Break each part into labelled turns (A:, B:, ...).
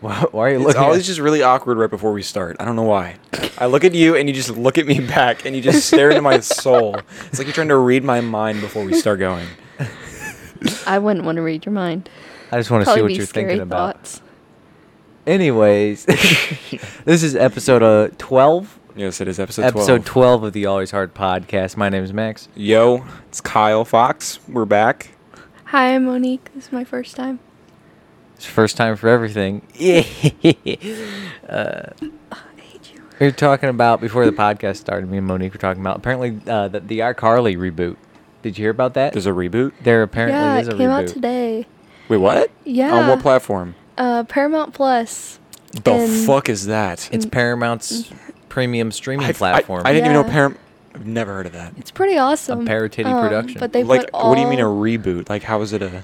A: Why, why are you
B: It's
A: looking?
B: always
A: at-
B: just really awkward right before we start. I don't know why. I look at you and you just look at me back and you just stare into my soul. It's like you're trying to read my mind before we start going.
C: I wouldn't want to read your mind.
A: I just want to see
C: Probably
A: what
C: be
A: you're
C: scary
A: thinking about.
C: thoughts.
A: Anyways, this is episode uh, 12.
B: Yes, it is episode 12.
A: Episode 12 of the Always Hard podcast. My name is Max.
B: Yo, it's Kyle Fox. We're back.
C: Hi, I'm Monique. This is my first time.
A: It's first time for everything. uh,
C: I hate you.
A: we were talking about before the podcast started. Me and Monique were talking about apparently uh, the, the iCarly reboot. Did you hear about that?
B: There's a reboot.
A: there apparently
C: yeah,
A: is a
C: it came
A: reboot.
C: out today.
B: Wait, what?
C: Yeah.
B: On what platform?
C: Uh, Paramount Plus.
B: The
C: and-
B: fuck is that?
A: It's Paramount's premium streaming
B: I- I-
A: platform.
B: I, didn't even know
C: Yeah.
B: Param. I've never heard of that.
C: It's pretty awesome. Um,
A: Parotitty production.
C: But they
B: like,
C: put all,
B: what do you mean a reboot? Like, how is it a?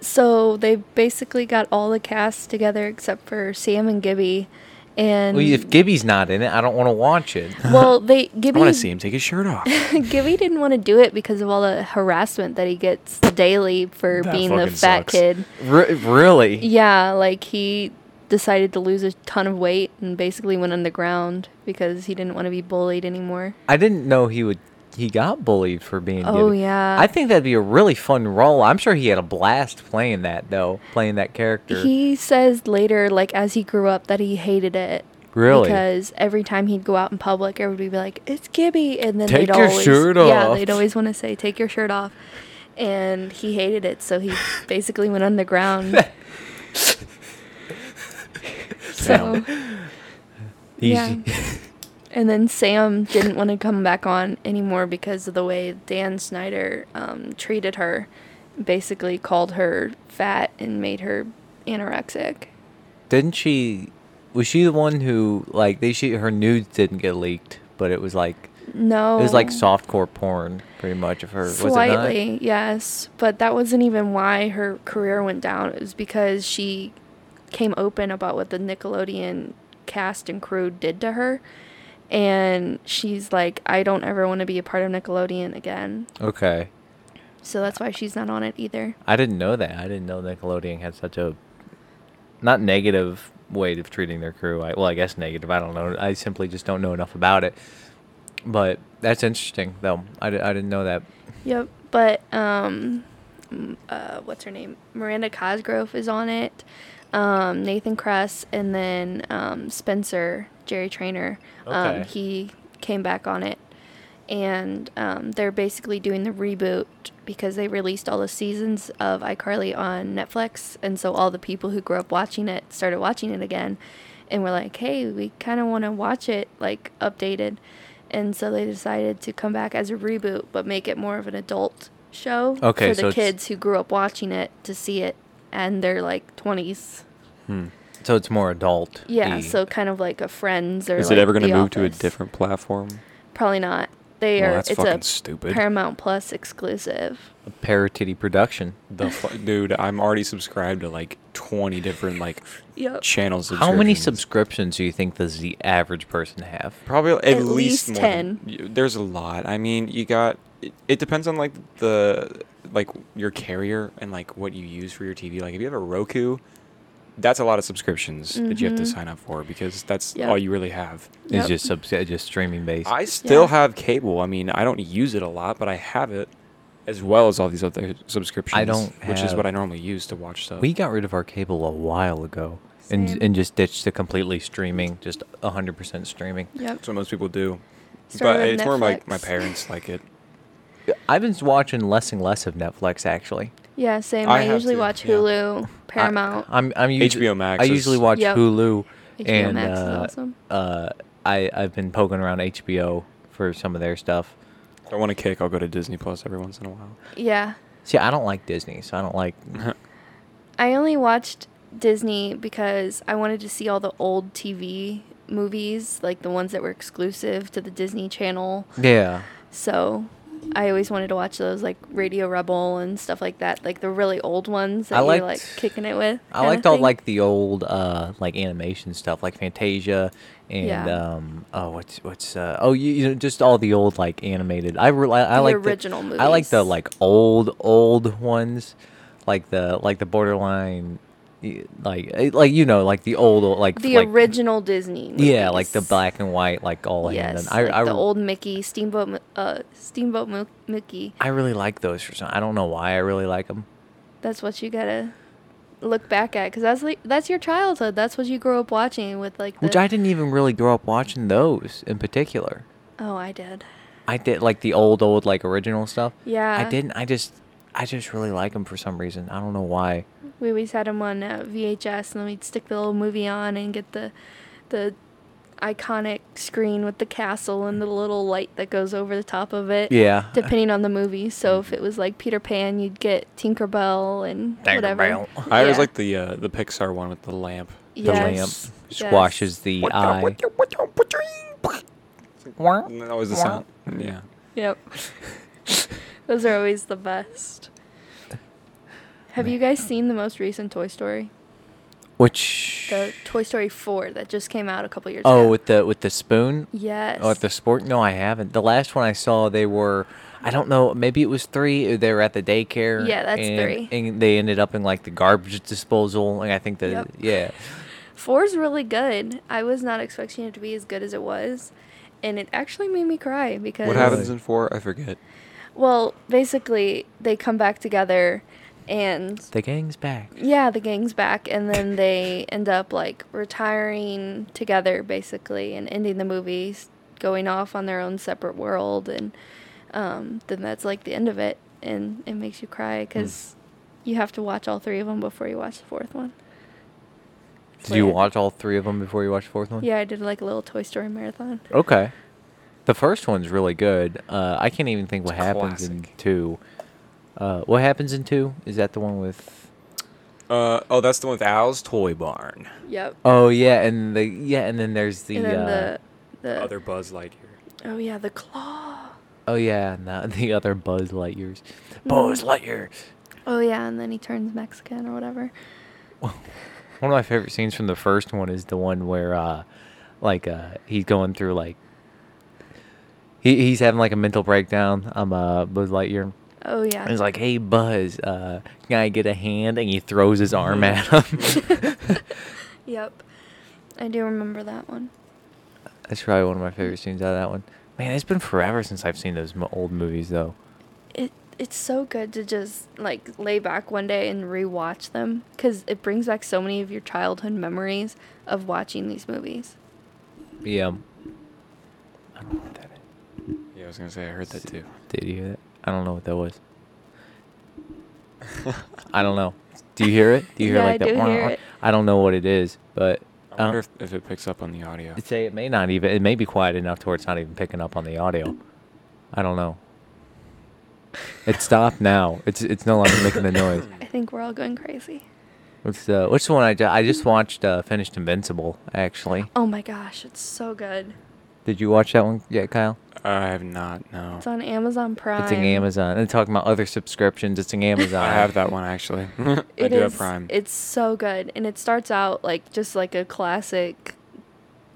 C: so they basically got all the cast together except for Sam and Gibby, and
A: well, if Gibby's not in it, I don't want to watch it.
C: well, they
B: I
C: Gibby
B: want to see him take his shirt off.
C: Gibby didn't want to do it because of all the harassment that he gets daily for
B: That
C: being the
B: fucking
C: fat
B: sucks.
C: kid.
A: Re- really?
C: Yeah, like he decided to lose a ton of weight and basically went underground because he didn't want to be bullied anymore.
A: I didn't know he would. He got bullied for being.
C: Oh,
A: Gibby.
C: yeah.
A: I think that'd be a really fun role. I'm sure he had a blast playing that though, playing that character.
C: He says later, like as he grew up, that he hated it.
A: Really?
C: Because every time he'd go out in public, everybody would be like, "It's Gibby," and then
A: Take
C: they'd
A: your
C: always,
A: shirt
C: yeah,
A: off.
C: they'd always want to say, "Take your shirt off," and he hated it, so he basically went underground. so, yeah. and then Sam didn't want to come back on anymore because of the way Dan Snyder um, treated her. Basically, called her fat and made her anorexic.
A: Didn't she? Was she the one who like they? She her nudes didn't get leaked, but it was like
C: No,
A: it was like softcore porn, pretty much of her. Was it
C: Oh. Slightly, yes, but that wasn't even why her career went down. It was because she came open about what the Nickelodeon cast and crew did to her, and she's like, "I don't ever want to be a part of Nickelodeon again."
A: not? Okay,
C: So that's why she's not on it either.
A: I didn't know that. I didn't know Nickelodeon had such a not negative way of treating their crew. I, well, I guess negative. I don't know. I simply just don't know enough about it. But that's interesting, though. I, di- I didn't know that.
C: Yep. But um, m- uh, what's her name? Miranda Cosgrove is on it. Um, Nathan Kress and then um, Spencer Jerry Trainer. Um,
A: Okay.
C: he came back on it, and um, they're basically doing the reboot because they released all the seasons of iCarly on Netflix, and so all the people who grew up watching it started watching it again, and we're like, hey, we kind of want to watch it like updated, and so they decided to come back as a reboot but make it more of an adult show
A: Okay,
C: for
A: so
C: the
A: it's-
C: kids who grew up watching it to see it and they're like 20s
A: So it's more adult.
C: yeah so kind of like a friends or
B: Is
C: like
B: it ever going
C: The
B: to move to a
C: Office.
B: different platform?
C: probably not they
B: Well,
C: are
B: that's
C: it's
B: fucking
C: a
B: stupid.
C: paramount plus exclusive
A: Paratitty production.
B: The fu- dude, I'm already subscribed to like 20 different like
C: yep
B: channels.
A: How many subscriptions do you think does the average person have?
B: Probably at,
C: At
B: least,
C: least
B: more than- y- There's a lot. I mean, you got. It, it depends on like the like your carrier and like what you use for your TV. Like if you have a Roku, that's a lot of subscriptions that you have to
C: Mhm.
B: sign up for because that's
C: Yep.
B: all you really have.
C: Yep.
A: It's just subs- just streaming based.
B: I still
C: Yeah.
B: have cable. I mean, I don't use it a lot, but I have it as well as all these other subscriptions.
A: don't
B: which is
A: have-
B: what I normally use to watch stuff.
A: we got rid of our cable a while ago
C: Same.
A: and and just ditched to completely streaming, just 100% streaming.
C: yep
B: That's what most people do.
C: Started
B: but
C: with
B: it's more like my
C: Netflix.
B: parents like it.
A: I've been watching less and less of Netflix actually.
C: yeah same
B: I
C: i,
B: have
C: usually
B: to,
C: watch
B: yeah.
C: hulu paramount
A: I, am I'm usu-
B: HBO Max
A: I
B: is-
A: usually watch
C: Yep.
A: Hulu
C: HBO
A: and
C: Max is
A: uh,
C: awesome.
A: uh, I I've been poking around HBO for some of their stuff.
B: If I want a kick, I'll go to Disney Plus every once in a while.
C: yeah
A: See, I don't like Disney, so I don't like.
B: Uh-huh.
C: I only watched Disney because I wanted to see all the old TV movies, like the ones that were exclusive to the Disney Channel.
A: yeah,
C: So I always wanted to watch those, like Radio Rebel and stuff like that, like the really old ones that
A: I
C: you're like
A: liked-
C: kicking it with.
A: I
C: kinda
A: liked all
C: thing.
A: like the old uh like animation stuff, like Fantasia and
C: Yeah.
A: um oh what's what's uh oh you, you know just all the old like animated. I re- I, I
C: The
A: like
C: original
A: I like the
C: movies.
A: like old old ones, like the like the borderline y- like eh, like you know like the old old, like
C: the
A: like,
C: original Disney.
A: Yeah, like the
C: movies.
A: black and white, like all hand.
C: Yes,
A: And I
C: like
A: I,
C: the old Mickey Steamboat, Mi- uh, Steamboat Mo- Mickey.
A: I really like those for some. I don't know why I really like them.
C: That's what you gotta look back at because that's like that's your childhood. That's what you grew up watching with like. The,
A: Which I didn't e-, even really grow up watching those in particular.
C: Oh, I did.
A: I did like the old old like original stuff.
C: Yeah.
A: I didn't. I just I just really like them for some reason. I don't know why.
C: We always had them on uh, VHS, and then we'd stick the little movie on and get the the iconic screen with the castle and the little light that goes over the top of it.
A: Yeah.
C: Depending on the movie. So if it was like Peter Pan, you'd get Tinkerbell and whatever.
A: Tinkerbell.
B: I always
C: Yeah.
B: like the uh, the Pixar one with the lamp.
A: The
C: Yes.
A: lamp squashes
C: Yes.
A: the
B: What the-
A: eye.
B: what the- what the- what the- And That was the sound. Yeah.
C: Yep. Those are always the best. Have you guys seen the most recent Toy Story?
A: Which
C: The Toy Story 4 that just came out a couple years ago.
A: oh, with the with the spoon.
C: Yes.
A: Oh, at the sport? No, I haven't. The last one I saw, they were, I don't know, maybe it was three. uh, They were at the daycare.
C: Yeah, that's
A: and,
C: three.
A: And they ended up in like the garbage disposal. Like I think the
C: Yep.
A: yeah,
C: Four's really good. I was not expecting it to be as good as it was, and it actually made me cry because
B: What happens in four? I forget.
C: Well, basically they come back together, and
A: the gang's back.
C: yeah, the gang's back, and then they end up like retiring together basically and ending the movies, going off on their own separate world, and um, then that's like the end of it, and it makes you cry because
A: Hmm.
C: you have to watch all three of them before you watch the fourth one.
A: Did you
C: Weird.
A: watch all three of them before you watched the fourth one?
C: Yeah, I did like a little Toy Story marathon.
A: Okay. The first one's really good. Uh, I can't even think
B: It's
A: what happens in
B: classic.
A: two. Uh, what happens in two? Is that the one with?
B: Uh, oh, that's the one with Al's Toy Barn.
C: Yep.
A: Oh yeah, and the yeah, and then there's the.
C: and then
A: uh,
C: the the
B: Other Buzz Lightyear.
C: oh yeah the claw.
A: Oh yeah, and the, the other Buzz Lightyears. Buzz Lightyear.
C: Oh yeah, and then he turns Mexican or whatever.
A: One of my favorite scenes from the first one is the one where, uh, like, uh, he's going through like. He, he's having like a mental breakdown. I'm uh, Buzz Lightyear.
C: Oh yeah.
A: And he's like, "Hey Buzz, uh, can I get a hand?" And he throws his arm at him.
C: Mm-hmm. yep. I do remember that one.
A: That's probably one of my favorite scenes out of that one. Man, it's been forever since I've seen those mo- old movies though.
C: It it's so good to just like lay back one day and rewatch them cuz it brings back so many of your childhood memories of watching these movies.
A: Yeah. I don't know what that is.
B: Yeah, I was gonna say I heard that too.
A: Did you hear that? I don't know what that was. I don't know. Do you hear it? Do you
C: Yeah,
A: hear
C: I
A: like that?
C: do
A: "Wah,
C: hear
A: wah"?
C: it.
A: I don't know what it is, but
B: I
A: I
B: wonder
A: don't-
B: if, if it picks up on the audio.
A: I'd say it may not even. It may be quiet enough to where it's not even picking up on the audio. I don't know. It stopped now. It's it's no longer making the noise.
C: I think we're all going crazy.
A: What's the what's the one I ju- I just watched? Uh, finished Invincible actually.
C: Oh my gosh, it's so good.
A: Did you watch that one yet, Kyle?
B: I have not. No.
C: It's on Amazon Prime.
A: It's in Amazon. And talking about other subscriptions, it's in Amazon.
B: I have that one actually. I
C: It
B: do have
C: is-
B: Prime.
C: It's so good, and it starts out like just like a classic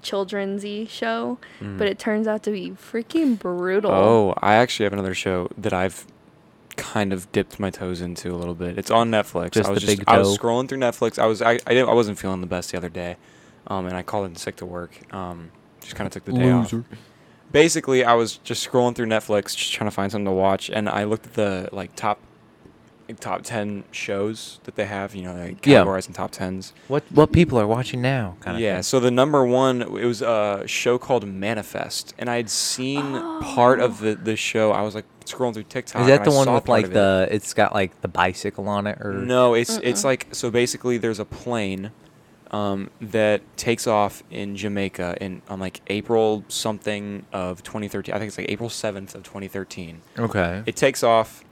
C: children's-y show, but it turns out to be freaking brutal.
B: Mm. Oh, I actually have another show that I've kind of dipped my toes into a little bit. It's on Netflix.
A: Just
B: I was
A: the
B: just
A: big
B: I was
A: toe.
B: scrolling through Netflix. I was I I, didn't, I wasn't feeling the best the other day, um, and I called in sick to work. Um, just kind of took the day off. Basically, I was just scrolling through Netflix, just trying to find something to watch, and I looked at the like top like, top ten shows that they have. You know, they
A: Yeah.
B: categorize in top tens.
A: What what people are watching now? Kind of.
B: yeah.
A: thing.
B: So the number one, it was a show called Manifest, and I had seen part of the the show. I was like scrolling through TikTok.
A: Is that
B: and
A: the
B: I
A: one
B: saw
A: with
B: part
A: like
B: of it.
A: the? It's got like the bicycle on it, or
B: No, it's it's like so basically there's a plane um, that takes off in Jamaica in on like April something of 2013. I think it's like April 7th of 2013.
A: Okay.
B: It takes off.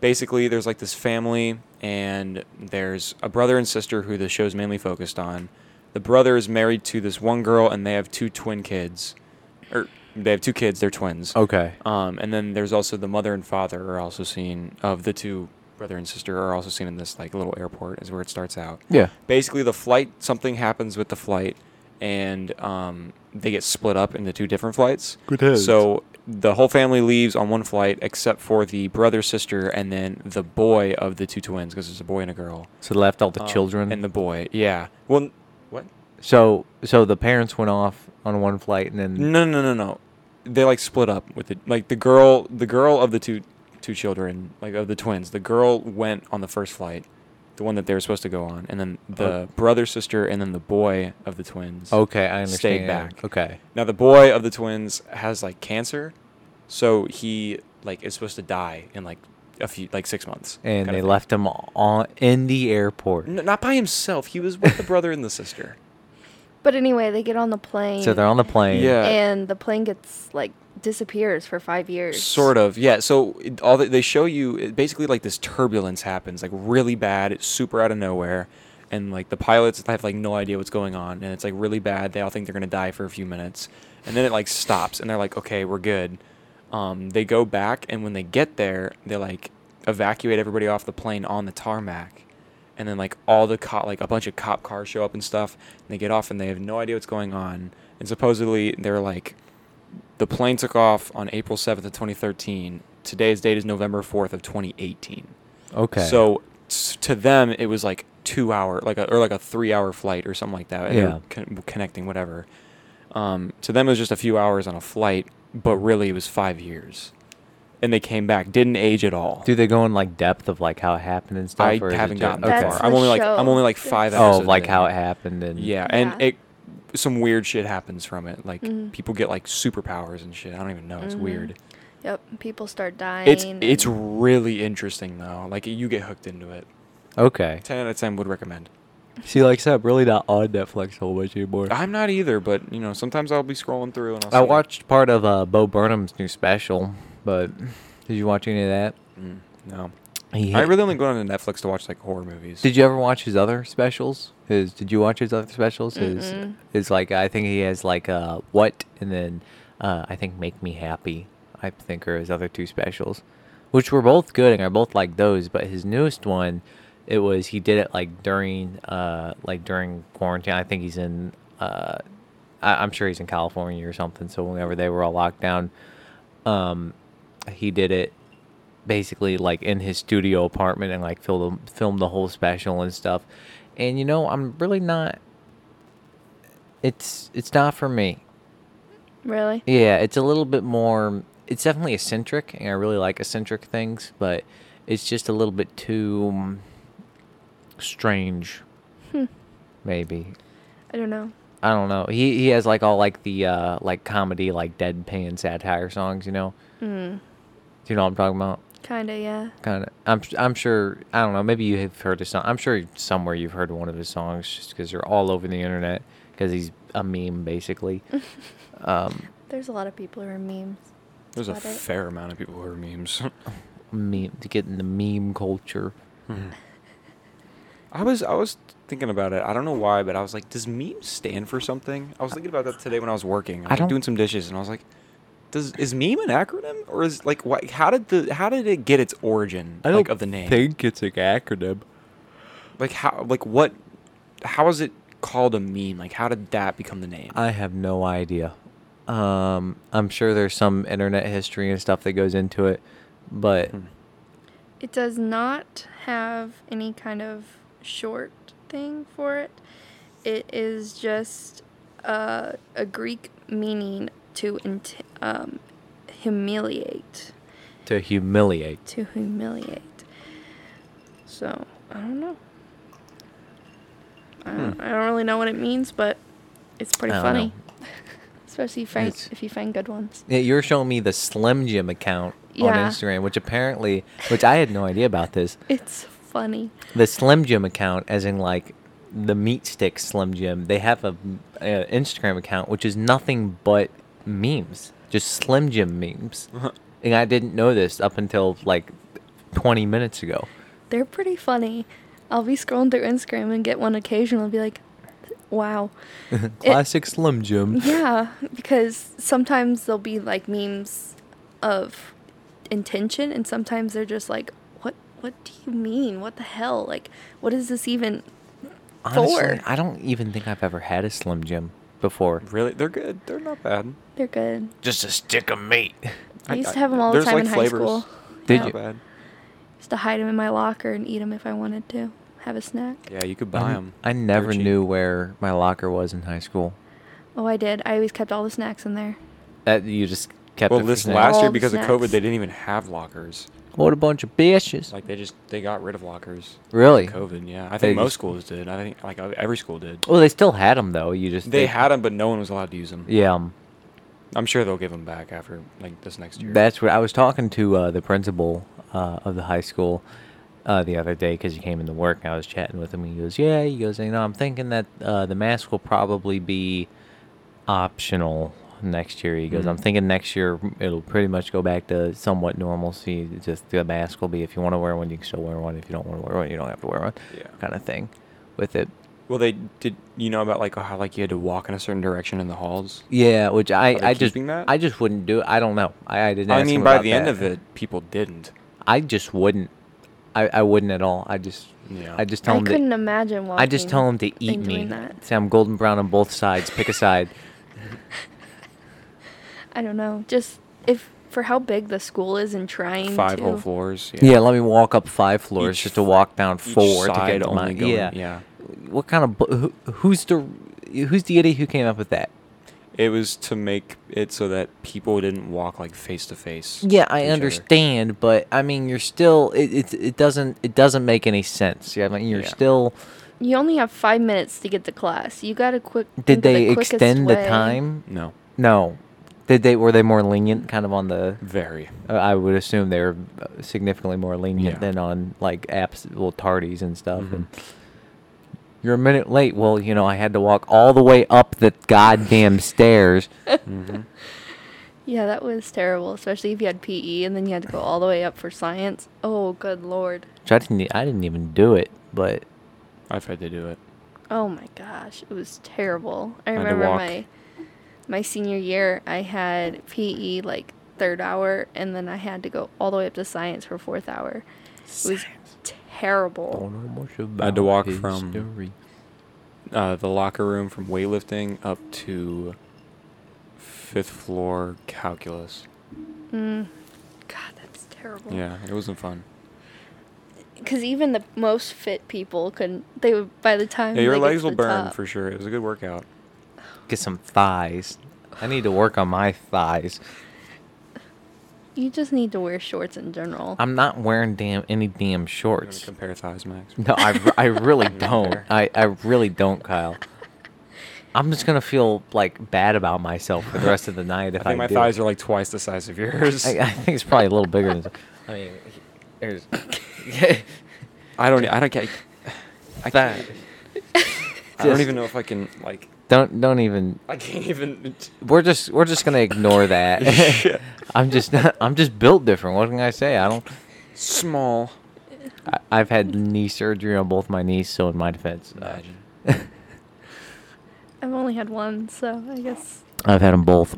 B: Basically, there's like this family, and there's a brother and sister who the show's mainly focused on. The brother is married to this one girl, and they have two twin kids, or they have two kids. They're twins.
A: okay.
B: Um, and then there's also the mother and father are also seen of the two brother and sister are also seen in this like little airport is where it starts out.
A: Yeah.
B: Basically, the flight something happens with the flight, and um, they get split up into two different flights.
A: Good heads.
B: So the whole family leaves on one flight except for the brother, sister, and then the boy of the two twins because there's a boy and a girl.
A: So they left all the
B: Um,
A: children.
B: and the boy. Yeah. Well, n- what?
A: so so the parents went off on one flight and then
B: No, no, no, no. They like split up with it. Like the girl, the girl of the two two children, like of the twins. The girl went on the first flight, the one that they were supposed to go on, and then the
A: Oh.
B: brother, sister, and then the boy of the twins.
A: okay, I understand.
B: Stayed back.
A: Okay.
B: Now the boy of the twins has like cancer, so he like is supposed to die in like a few like six months.
A: And
B: kinda
A: they
B: thing.
A: left him on in the airport.
B: N- not by himself. He was with the brother and the sister.
C: But anyway, they get on the plane.
A: So they're on the plane.
B: Yeah.
C: and the plane gets like disappears for five years.
B: Sort of, yeah. So it, all that they show you, it, basically, like this turbulence happens, like really bad. It's super out of nowhere, and like the pilots have like no idea what's going on, and it's like really bad. They all think they're gonna die for a few minutes, and then it like stops, and they're like, okay, we're good. Um, they go back, and when they get there, they like evacuate everybody off the plane on the tarmac, and then like all the cop, like a bunch of cop cars show up and stuff, and they get off, and they have no idea what's going on, and supposedly they're like the plane took off on April 7th of 2013. Today's date is November 4th of 2018.
A: Okay.
B: So s- to them, it was like two hour, like a, or like a three hour flight or something like that. And they were
A: Yeah.
B: con- connecting, whatever. Um, to them, it was just a few hours on a flight, but really it was five years. And they came back, didn't age at all.
A: do they go in like depth of like how it happened and stuff?
B: I
A: or is it
B: haven't
A: ju-
B: gotten
A: okay.
B: that
C: That's
B: far. I'm
C: the
B: only like
C: show.
B: I'm only like five
C: That's-
B: hours.
A: Oh,
B: in
A: like
B: now.
A: how it happened and
B: Yeah, and
C: Yeah.
B: it some weird shit happens from it. Like
C: Mhm.
B: people get like superpowers and shit. I don't even know. It's
C: Mhm.
B: weird.
C: Yep. People start dying.
B: It's it's
C: and-
B: really interesting though. Like you get hooked into it.
A: Okay.
B: Ten out of ten would recommend.
A: See, like I said, I'm really not on Netflix a whole much anymore.
B: I'm not either, but you know sometimes I'll be scrolling through and I'll.
A: I
B: see it.
A: watched part of uh, Bo Burnham's new special, but did you watch any of that?
B: Mm, no,
A: He
B: I
A: hit-
B: really only go on to Netflix to watch like horror movies.
A: Did you ever watch his other specials? His Did you watch his other specials? His
C: Mm-mm.
A: is like I think he has like uh what and then uh, I think make me happy. I think are his other two specials, which were both good and I both like those. But his newest one, it was he did it like during uh like during quarantine. I think he's in uh I, I'm sure he's in California or something. So whenever they were all locked down, um he did it basically like in his studio apartment and like film film the whole special and stuff. And you know, I'm really not. It's it's not for me.
C: really.
A: Yeah, it's a little bit more. It's definitely eccentric, and I really like eccentric things, but it's just a little bit too um, strange,
C: Hmm.
A: maybe.
C: I don't know.
A: I don't know. He he has like all like the uh like comedy like deadpan satire songs, you know.
C: Mm,
A: Do you know what I'm talking about?
C: kinda, yeah.
A: kind of I'm I'm sure I don't know maybe you have heard his song I'm sure somewhere you've heard one of his songs just because they're all over the internet because he's a meme basically um
C: There's a lot of people who are memes.
B: There's a
C: About it.
B: fair amount of people who are memes.
A: meme to get in the meme culture
B: I was I was thinking about it. I don't know why, but I was like, does meme stand for something? I was thinking about that today when I was working. I
A: I
B: was like,
A: don't-
B: doing some dishes, and I was like, does is meme an acronym or is like what? How did the how did it get its origin? like, of the name.
A: it's an acronym
B: Like how like what? How is it called a meme? Like how did that become the name?
A: I have no idea um I'm sure there's some internet history and stuff that goes into it but
B: Hmm.
C: It does not have any kind of short thing for it. It is just uh, a Greek meaning to int- um, humiliate.
A: to humiliate
C: To humiliate. So, I don't know. I don't,
B: Hmm.
C: I don't really know what it means, but it's pretty
A: I don't
C: funny.
A: know.
C: Especially if, find,
A: It's-
C: if you find good ones.
A: Yeah, you were showing me the Slim Jim account on
C: Yeah.
A: Instagram, which apparently, which I had no idea about this.
C: It's funny.
A: the Slim Jim account, as in like the meat stick Slim Jim, they have a, a Instagram account which is nothing but memes, just Slim Jim memes.
B: Uh-huh.
A: And I didn't know this up until like 20 minutes ago.
C: They're pretty funny. I'll be scrolling through Instagram and get one occasional and be like, wow.
A: Classic Slim Jim.
C: Yeah, because sometimes there'll be like memes of intention and sometimes they're just like, what what do you mean? What the hell? Like, what is this even
A: Honestly,
C: Thor.
A: I don't even think I've ever had a Slim Jim. before.
B: Really, they're good. They're not bad.
C: They're good.
A: Just a stick of meat.
C: I, used to have them all the
B: there's,
C: time
B: like,
C: in
B: flavors.
C: high school.
A: Did
C: Yeah.
A: you?
B: Not bad.
C: Used to hide them in my locker and eat them if I wanted to. Have a snack.
B: Yeah, you could buy them.
A: I never knew where my locker was in high school.
C: Oh, I did. I always kept all the snacks in there.
A: That you just kept.
B: Well,
A: it
B: this
A: for
B: last
A: snacks.
B: year
C: All the
B: because of
C: snacks.
B: COVID, they didn't even have lockers.
A: What a bunch of bitches.
B: Like they just they got rid of lockers.
A: really?
B: COVID, yeah. I
A: They
B: think most
A: just-
B: schools did. I think like every school did.
A: Well, they still had them though. You just
B: They had them, but no one was allowed to use them.
A: Yeah. um,
B: I'm sure they'll give them back after like this next year.
A: That's what I was talking to uh, the principal uh, of the high school uh, the other day because he came into work and I was chatting with him. And he goes, "Yeah," he goes, "You know, I'm thinking that uh, the mask will probably be optional next year." He goes, "I'm
B: Mhm.
A: thinking next year it'll pretty much go back to somewhat normalcy. Just the mask will be if you want to wear one, you can still wear one. If you don't want to wear one, you don't have to wear one.
B: Yeah.
A: kind of thing with it."
B: Well, they did. You know about like how like you had to walk in a certain direction in the halls.
A: Yeah, which I
B: Are they
A: I just
B: keeping that?
A: I just wouldn't do it. I don't know. I, I didn't.
B: I
A: ask
B: mean,
A: him
B: by
A: about
B: the end
A: that.
B: of it, people didn't.
A: I just wouldn't. I, I wouldn't at all. I just
B: Yeah.
A: I just tell
C: I
A: him
C: couldn't
A: to,
C: imagine walking.
A: I just tell him to eat
C: and
A: me.
C: doing that.
A: Say I'm golden brown on both sides. Pick a side.
C: I don't know. Just if for how big the school is and trying
B: Five
C: to.
B: whole floors.
A: yeah. let me walk up five floors
B: Each
A: just to
B: f-
A: walk down
B: Each
A: four to
B: side
A: get to
B: only
A: mine.
B: going-
A: yeah.
B: Yeah.
A: What kind of bu- who, who's the who's the idiot who came up with that?
B: It was to make it so that people didn't walk like face to face.
A: Yeah,
B: to
A: I
B: each other.
A: understand, but I mean, you're still it, it. It doesn't it doesn't make any sense. Yeah, I mean, you're
B: Yeah.
A: still.
C: You only have five minutes to get to class. You got to quick. think
A: Did
C: of the
A: they
C: quickest
A: extend the
C: way.
A: time?
B: No,
A: No. Did they were they more lenient kind of on the
B: very.
A: uh, I would assume they were uh, significantly more lenient
B: Yeah.
A: than on like apps well tardies and stuff
B: Mhm.
A: and you're a minute late. Well, you know, I had to walk all the way up the goddamn stairs.
B: hmm
C: Yeah, that was terrible, especially if you had PE and then you had to go all the way up for science. Oh, good lord.
A: Which I didn't e- I didn't even do it, but
B: I've had to do it.
C: Oh my gosh, it was terrible. I
B: Had to
C: remember
B: walk.
C: my my senior year, I had PE like third hour, and then I had to go all the way up to science for fourth hour. It was terrible.
A: don't know much about
B: I had to walk
A: his
B: from-
A: story.
B: Uh, the locker room from weightlifting up to fifth floor calculus.
C: Mm. God, that's terrible.
B: Yeah, it wasn't fun.
C: Because even the most fit people couldn't. They would by the time.
B: Yeah, your
C: they get to
B: legs will
C: the
B: burn
C: top-
B: for sure. It was a good workout.
A: get some thighs. I need to work on my thighs.
C: You just need to wear shorts in general.
A: I'm not wearing damn any damn
B: We're gonna
A: shorts.
B: compare thighs, Max.
A: No, I, r- I really
B: Not
A: don't.
B: fair.
A: I, I really don't, Kyle. I'm just gonna feel like bad about myself for the rest of the night
B: I
A: if
B: think
A: I,
B: my
A: do.
B: thighs are like twice the size of yours.
A: I, I think it's probably a little bigger than. I mean, there's.
B: I don't. I don't get. I
A: That-
B: can't. I don't
A: Just-
B: even know if I can like.
A: don't don't even.
B: I can't even.
A: We're just we're just gonna ignore that.
B: Yeah.
A: I'm just I'm just built different. What can I say? I don't.
B: Small.
A: I, I've had knee surgery on both my knees, so in my defense, uh,
B: Imagine.
C: I've only had one, so I guess.
A: I've had them both.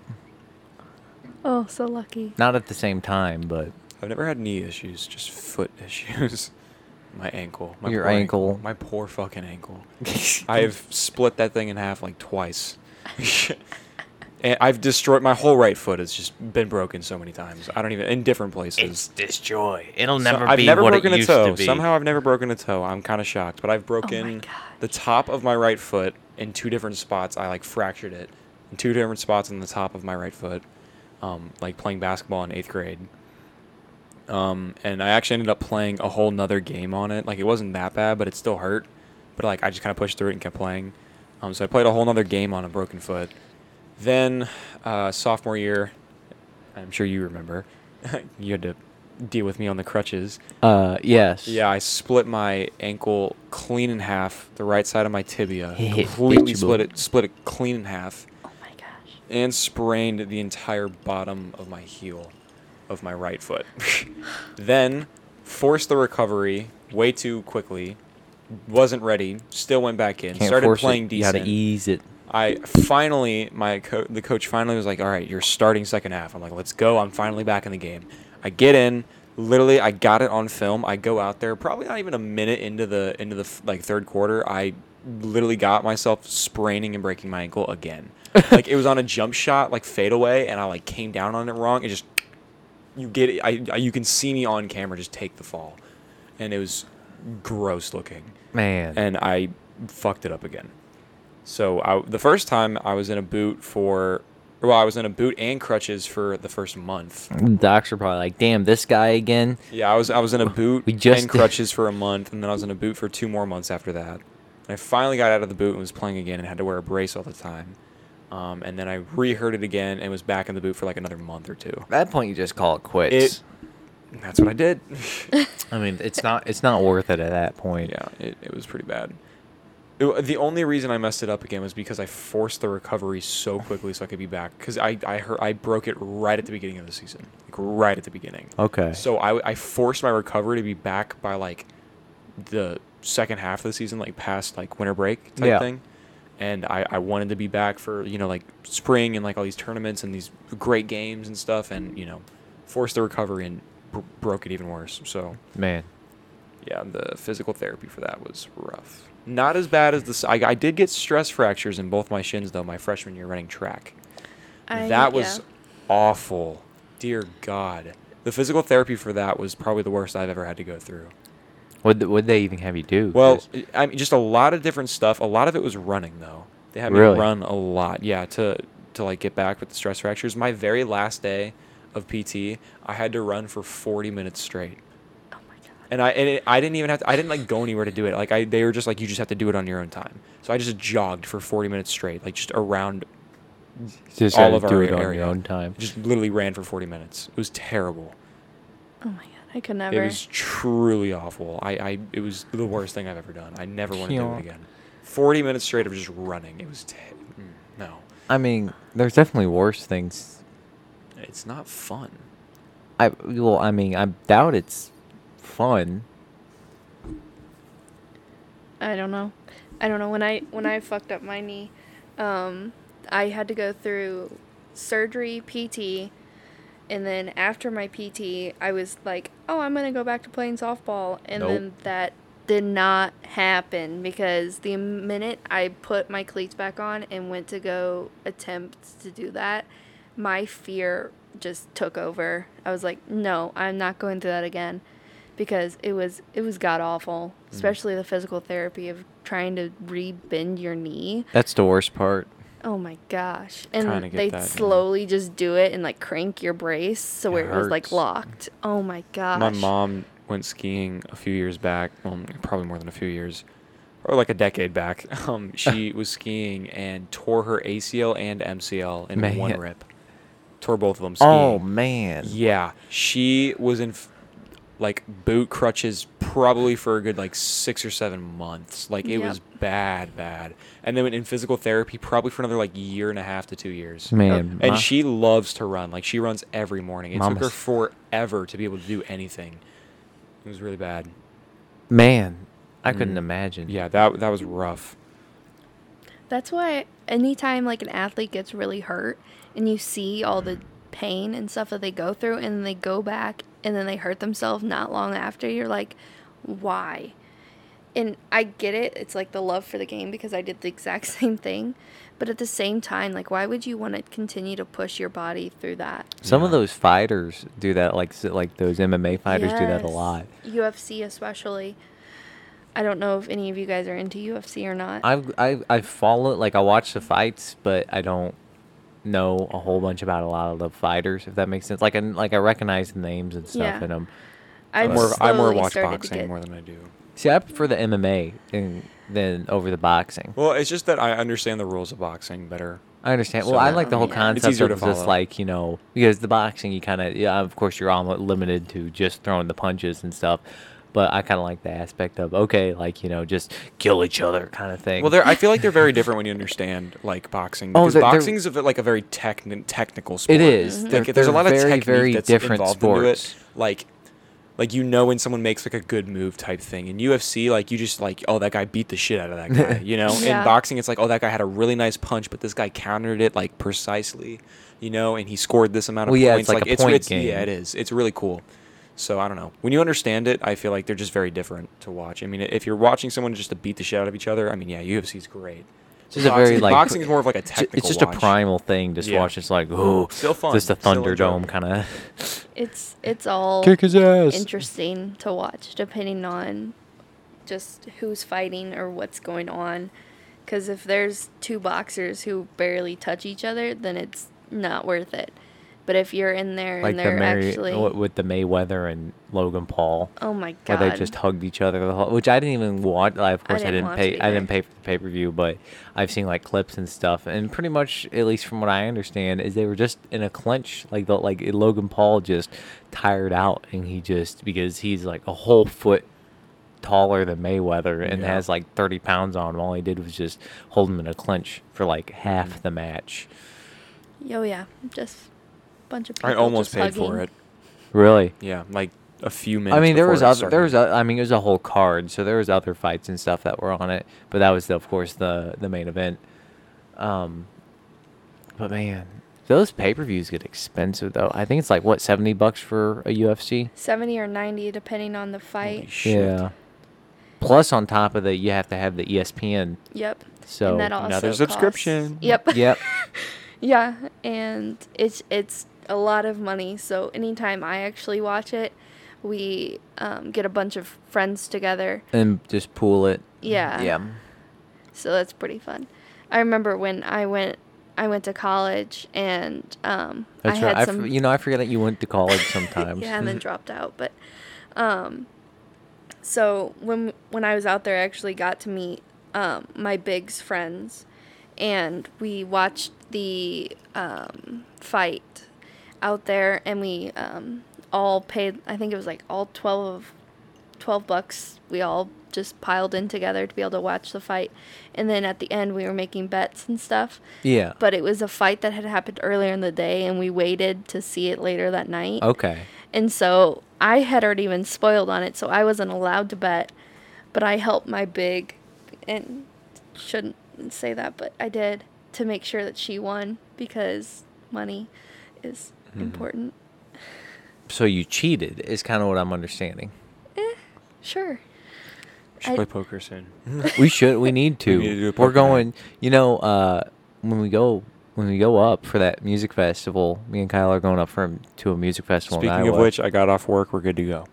C: Oh, so lucky.
A: Not at the same time, but
B: I've never had knee issues, just foot issues. My ankle. My
A: Your
B: poor
A: ankle.
B: My poor fucking ankle. I've split that thing in half like twice. and I've destroyed my whole right foot. It's just been broken so many times. I don't even in different places.
A: destroy. It'll
B: So I've never broken a toe. Somehow I've never broken a toe. I'm kind of shocked, but I've broken
C: gosh.
B: the top of my right foot in two different spots. I like fractured it in two different spots on the top of my right foot, um, like playing basketball in eighth grade. Um, and I actually ended up playing a whole nother game on it. Like it wasn't that bad, but it still hurt. But like I just kind of pushed through it and kept playing. Um, so I played a whole nother game on a broken foot. Then uh, sophomore year, I'm sure you remember, you had to deal with me on the crutches.
A: Uh, yes.
B: Yeah, I split my ankle clean in half, the right side of my tibia.
A: Bitch,
B: completely split
A: boy.
B: it split it clean in half
C: Oh my gosh.
B: and sprained the entire bottom of my heel of my right foot. then forced the recovery way too quickly. Wasn't ready. Still went back in.
A: Can't
B: started
A: force
B: playing
A: it.
B: decent.
A: You gotta ease it.
B: I finally, my co- the coach finally was like, "All right, you're starting second half." I'm like, "Let's go!" I'm finally back in the game. I get in. Literally, I got it on film. I go out there, probably not even a minute into the into the f- like third quarter. I literally got myself spraining and breaking my ankle again. like it was on a jump shot, like fadeaway, and I like came down on it wrong. It just you get it. I, I you can see me on camera just take the fall, and it was gross looking,
A: Man.
B: and I fucked it up again. So I the first time I was in a boot for. Well, I was in a boot and crutches for the first month.
A: Docs are probably like, damn, this guy again.
B: Yeah, I was I was in a boot
A: We just-
B: and crutches for a month, and then I was in a boot for two more months after that. And I finally got out of the boot and was playing again, and had to wear a brace all the time. Um, and then I reheard it again and was back in the boot for like another month or two.
A: At that point, you just call it quits.
B: It, that's what I did.
A: I mean, it's not it's not worth it at that point.
B: yeah, it, it was pretty bad. It wa- the only reason I messed it up again was because I forced the recovery so quickly so I could be back. Because I I, hurt, I broke it right at the beginning of the season, like right at the beginning.
A: Okay.
B: So I, I forced my recovery to be back by like the second half of the season, like past like winter break type
A: Yeah.
B: thing. And I, I wanted to be back for, you know, like spring and like all these tournaments and these great games and stuff and, you know, forced the recovery and br- broke it even worse. So,
A: Man.
B: yeah, the physical therapy for that was rough. Not as bad as the. s- I, I did get stress fractures in both my shins, though, my freshman year running track.
C: I-
B: that was
C: yeah.
B: awful. Dear God. The physical therapy for that was probably the worst I've ever had to go through.
A: What would they even have you do?
B: Well,
A: 'Cause-
B: I mean, just a lot of different stuff. A lot of it was running, though. They had
A: Really?
B: me run a lot, yeah, to to like get back with the stress fractures. My very last day of PT, I had to run for 40 minutes straight,
C: Oh my god.
B: and I and it, I didn't even have to. I didn't like go anywhere to do it. Like I, they were just like, you just have to do it on your own time. So I just jogged for 40 minutes straight, like just around
A: just
B: all
A: gotta
B: of
A: do
B: our
A: it on
B: area.
A: your own time.
B: Just literally ran for 40 minutes. It was terrible.
C: Oh my god. I could never.
B: It was truly awful. I, I it was the worst thing I've ever done. I never want to do
A: Yeah.
B: it again. Forty minutes straight of just running. It was te- mm, no.
A: I mean, there's definitely worse things.
B: It's not fun.
A: I well, I mean, I doubt it's fun.
C: I don't know. I don't know when I when I fucked up my knee, um, I had to go through surgery, PT, and then after my PT, I was like, "Oh, I'm gonna go back to playing softball," and
A: Nope.
C: then that did not happen because the minute I put my cleats back on and went to go attempt to do that, my fear just took over. I was like, "No, I'm not going through that again." because it was it was god awful, especially the physical therapy of trying to re-bend your knee.
A: That's the worst part.
C: Oh my gosh! And
B: Kinda get
C: they
B: that, yeah.
C: slowly just do it and like crank your brace so
B: It
C: where it was like
B: hurts.
C: locked. Oh my gosh!
B: My mom went skiing a few years back. Well, probably more than a few years, or like a decade back. Um, she was skiing and tore her ACL and MCL in one
A: Man.
B: rip. Tore both of them. Skiing.
A: Oh man.
B: Yeah, she was in f- like boot crutches probably for a good like six or seven months. Like it
C: Yep.
B: was bad, bad. And then in physical therapy probably for another like year and a half to two years.
A: Man.
B: And
A: my-
B: she loves to run. Like she runs every morning. It took her
A: Mamas.
B: forever to be able to do anything. It was really bad.
A: man, I couldn't
B: Mm.
A: imagine.
B: Yeah, that that was rough.
C: That's why anytime like an athlete gets really hurt and you see all the pain and stuff that they go through and then they go back and then they hurt themselves not long after, you're like, why? And I get it. It's like the love for the game because I did the exact same thing. But at the same time, like, why would you want to continue to push your body through that?
A: Some of
B: Yeah.
A: those fighters do that, like s- like those MMA fighters do that a
C: Yes.
A: lot.
C: UFC, especially. I don't know if any of you guys are into UFC or not.
A: I I I follow like I watch the fights, but I don't know a whole bunch about a lot of the fighters. If that makes sense, like I like I recognize the names and stuff
C: Yeah.
A: in them.
C: I've
B: I'm more, I more
C: slowly
B: watch
C: started to
B: boxing
C: get-
B: more than I do.
A: See, I prefer the MMA in, than over the boxing.
B: Well, it's just that I understand the rules of boxing better.
A: I understand. Well,
B: So,
A: I like the whole
C: yeah. It's
A: concept
B: easier
A: of
B: to
A: just
B: follow.
A: like you know because the boxing you kind of yeah of course you're all limited to just throwing the punches and stuff, but I kind of like the aspect of okay like you know just kill each other kind of thing.
B: Well, they're, I feel like they're very different when you understand like boxing.
A: Oh,
B: Because
A: they're- they're-
B: boxing's a bit like a very techni- technical sport.
A: It is.
B: Like,
A: They're-
B: there's
A: they're
B: a lot of
A: very,
B: technique
A: very
B: that's
A: different
B: involved
A: sports.
B: into it. Like, like you know when someone makes like a good move type thing. In UFC, like you just like, oh, that guy beat the shit out of that guy. You know.
C: Yeah.
B: In boxing, it's like, oh, that guy had a really nice punch, but this guy countered it like precisely. You know, and he scored this amount of
A: Well, yeah,
B: points.
A: it's like a
B: it's,
A: point
B: it's-
A: game.
B: Yeah, it is. It's really cool. So I don't know. When you understand it, I feel like they're just very different to watch. I mean, if you're watching someone just to beat the shit out of each other, I mean, yeah, UFC's great.
A: It's just a very, like,
B: boxing is more of like a
A: It's ju-
B: technical.
A: It's just
B: watch.
A: a primal thing. Just
B: Yeah.
A: watch. It's like, oh,
B: Still fun.
A: just a
B: Still enjoyable.
A: Thunderdome kind of.
C: It's it's all
A: his ass.
C: interesting to watch depending on just who's fighting or what's going on. Because if there's two boxers who barely touch each other, then it's not worth it. But if you're in there
A: Like
C: and
A: the
C: they're
A: Mary
C: actually,
A: w- with the Mayweather and Logan Paul,
C: oh my
A: where
C: god,
A: they just hugged each other the whole. Which I didn't even watch. Like, of course, I
C: didn't
A: didn't,
C: watch
A: pay. I
C: either.
A: didn't pay for the pay per view, but I've seen like clips and stuff. And pretty much, at least from what I understand, is they were just in a clinch. Like the like Logan Paul just tired out, and he just because he's like a whole foot taller than Mayweather and
B: Yeah.
A: has like 30 pounds on him. All he did was just hold him in a clinch for like
C: Mm.
A: half the match.
C: oh yeah, just bunch of people.
B: I almost
C: just
B: paid for
C: hugging.
B: it.
A: Really?
B: Yeah, like a few minutes.
A: I mean, there
B: before
A: was
B: it
A: other, there was
B: started.
A: o- I mean, it was a whole card, so there was other fights and stuff that were on it, but that was the, of course the the main event. Um, but man, those pay per views get expensive though. I think it's like what seventy bucks for a UFC.
C: Seventy or ninety, depending on the
B: Holy
C: fight.
B: shit.
A: Yeah. Plus, on top of that, you have to have the E ESPN.
C: Yep.
A: So
C: and that also
B: another
C: costs-
B: subscription.
C: Yep.
A: Yep.
C: Yeah, and it's it's a lot of money. So anytime I actually watch it, we um, get a bunch of friends together.
A: and just pool it.
C: Yeah.
A: Yeah.
C: So that's pretty fun. I remember when I went I went to college and um, I
A: That's
C: had
A: right. I f-
C: some
A: you know, I forget that you went to college sometimes.
C: yeah, and then dropped out. But um, so when when I was out there, I actually got to meet um, my bigs friends, and we watched the um, fight out there, and we um, all paid. I think it was like all twelve of 12 bucks we all just piled in together to be able to watch the fight and then at the end we were making bets and stuff
A: yeah.
C: but it was a fight that had happened earlier in the day and we waited to see it later that night
A: okay.
C: and so I had already been spoiled on it, so I wasn't allowed to bet. But I helped my big, and shouldn't say that, but I did to make sure that she won because money is important.
A: So you cheated is kind of what I'm understanding.
C: Eh, Sure.
B: We should
C: I-
B: play poker soon.
A: we should. We need to.
B: We need to do a
A: We're
B: poker night.
A: going. You know, uh, when we go when we go up for that music festival, me and Kyle are going up for to a music festival. in
B: Speaking of
A: Iowa.
B: which, I got off work. We're good to go.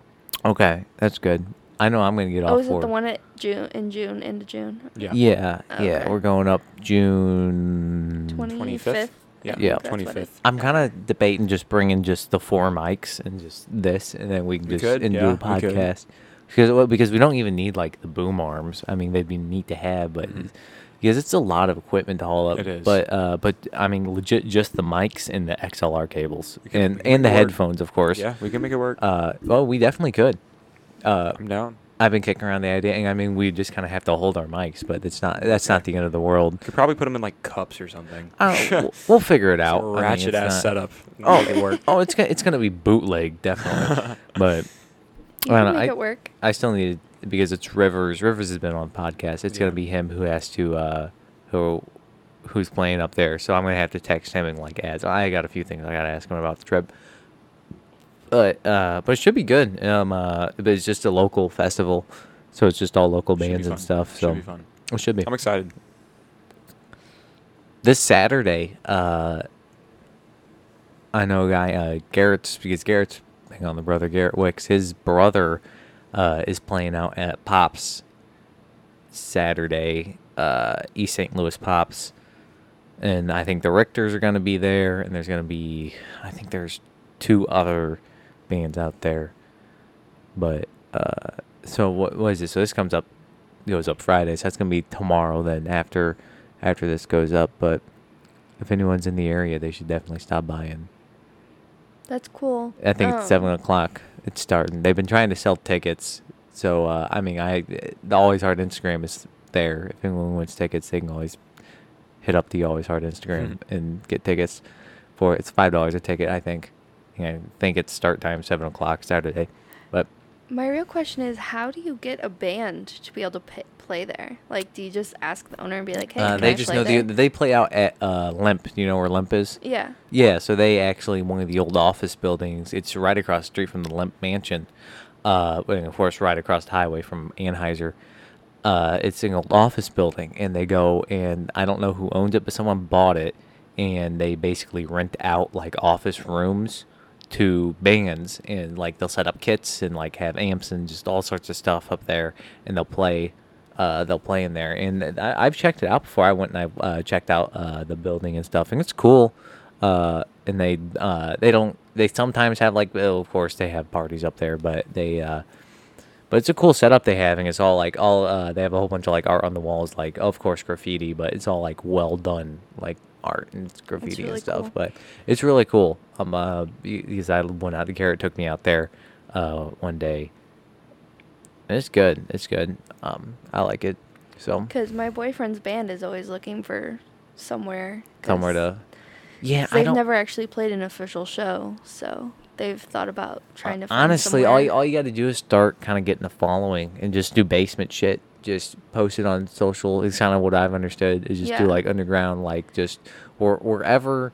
A: okay, that's good. I know I'm going to get
C: Oh,
A: off
C: is it
A: work.
C: the one at June in June into June?
B: Yeah.
A: Yeah, yeah.
C: Okay.
A: We're going up June
C: Twenty
B: 25th?
C: fifth.
B: Yeah.
A: Yeah.
C: that's what it-
B: 25th.
A: I'm kind of debating just bringing just the four mics and just this, and then we can
B: We
A: just
B: could,
A: and do
B: yeah,
A: a
B: we could.
A: podcast because well, because we don't even need like the boom arms. I mean, they'd be neat to have, but
B: Mhm.
A: because it's a lot of equipment to haul up.
B: It is.
A: But uh, but I mean, legit, just the mics and the XLR cables
B: We could- we
A: and
B: could
A: and the
B: make it work.
A: headphones, of course.
B: Yeah, we can make it work.
A: Uh, well, we definitely could. Uh,
B: I'm down.
A: I've been kicking around the idea, and I mean, we just kind of have to hold our mics, but it's not that's not the end of the world.
B: Could probably put them in like cups or something.
A: I don't- Oh, Uh, we'll figure it out. I mean,
B: Ratchet
A: it's
B: ass
A: not-
B: setup.
A: Oh,
B: Make it work.
A: oh, it's gonna, it's gonna be bootleg definitely, but
C: You
A: I
C: can
A: don't know,
C: make
A: I-
C: it work.
A: I still need it because it's Rivers. Rivers has been on the podcast. It's
B: Yeah.
A: gonna be him who has to uh, who who's playing up there. So I'm gonna have to text him and like ads. I got a few things I gotta ask him about the trip, but uh, but it should be good. Um, uh, but it's just a local festival, so it's just all local
B: Should be
A: bands and
B: fun.
A: stuff. So
B: Should be fun.
A: it should be
B: I'm excited.
A: this Saturday, uh, I know a guy, uh, Garrett's, because Garrett's, hang on, the brother Garrett Wicks, his brother uh, is playing out at Pops Saturday, uh, East St. Louis Pops. And I think the Richters are going to be there, and there's going to be, I think there's two other bands out there. But, uh, so what, what is this? So this comes up goes up Friday. So that's gonna be tomorrow. Then after after this goes up, but if anyone's in the area, they should definitely stop by. And
C: That's cool.
A: I think it's
C: Um,
A: seven o'clock. It's starting. They've been trying to sell tickets. So uh, I mean, I the Always Hard Instagram is there. If anyone wants tickets, they can always hit up the Always Hard Instagram
B: Mhm.
A: and get tickets for it's five dollars a ticket. I think. And I think it's start time seven o'clock Saturday, but
C: My real question is, how do you get a band to be able to p- play there? Like, do you just ask the owner and be like, "Hey,
A: uh,
C: can
A: they
C: I
A: just
C: play
A: know the,
C: there?"
A: they play out at uh, Lemp. You know where Lemp is?
C: yeah.
A: Yeah, so they actually one of the old office buildings. It's right across the street from the Limp Mansion, uh, and of course, right across the highway from Anheuser. Uh, it's an old office building, and they go and I don't know who owns it, but someone bought it, and they basically rent out like office rooms to bands, and like they'll set up kits and like have amps and just all sorts of stuff up there, and they'll play. Uh, they'll play in there, and I, I've checked it out before. I went and I uh, checked out uh, the building and stuff, and it's cool uh, and they uh, they don't they sometimes have like well, of course they have parties up there, but they uh, but it's a cool setup they have, and it's all like all uh, they have a whole bunch of like art on the walls, like of course graffiti, but it's all like well done like art and it's graffiti
C: really
A: and stuff.
C: cool.
A: But it's really cool. Um, uh, be- because I went out. Garrett took me out there uh, one day. And It's good. It's good. Um, I like it. So
C: Because my boyfriend's band is always looking for somewhere. 'cause
A: somewhere to. Yeah, I
C: They've
A: don't.
C: never actually played an official show, so they've thought about trying
A: Uh,
C: to. Find
A: honestly all you,
C: somewhere.
A: all you got to do is start kind of getting a following and just do basement shit just post it on social it's kind of what i've understood is just do
C: Yeah.
A: like underground like just or wherever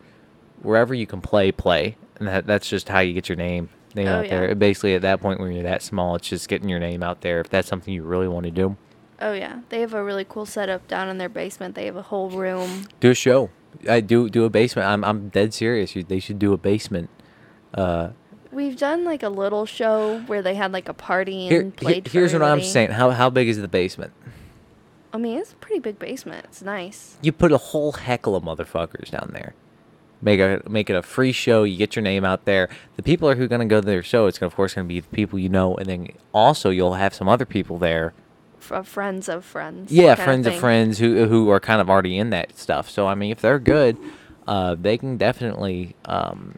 A: wherever you can play play and that, that's just how you get your name name
C: Oh,
A: out there
C: yeah.
A: basically at that point when you're that small it's just getting your name out there if that's something you really want to do
C: Oh yeah, they have a really cool setup down in their basement. They have a whole room.
A: do a show i do do a basement i'm, I'm dead serious You- they should do a basement uh
C: We've done like a little show where they had like a party and
A: here, here-
C: played. for
A: here's what i'm
C: everybody.
A: saying how, how big is the basement
C: I mean, it's a pretty big basement. It's nice.
A: you put a whole heckle of motherfuckers down there. Make a make it a free show. You get your name out there. The people are who are gonna go to their show. It's gonna, of course gonna be the people you know, and then also you'll have some other people there.
C: F- uh, friends of friends.
A: Yeah,
C: kinda
A: friends of
C: thing.
A: friends who who are kind of already in that stuff. So I mean, if they're good, uh, they can definitely um,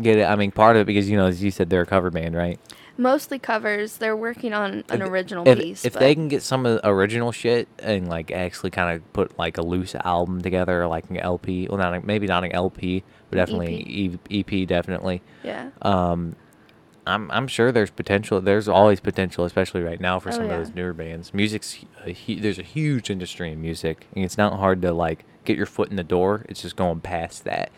A: get it. I mean, part of it because you know, as you said, they're a cover band, right?
C: Mostly covers. They're working on an
A: If-
C: original
A: if,
C: piece.
A: If
C: but
A: they can get some of the original shit and like actually kind of put like a loose album together, like an LP, well, not a, maybe not an LP, but definitely an E- EP, definitely.
C: Yeah.
A: Um, I'm I'm sure there's potential. There's always potential, especially right now for
C: Oh,
A: some
C: yeah.
A: of those newer bands. Music's a, hu- there's a huge industry in music, and it's not hard to like get your foot in the door. It's just going past that.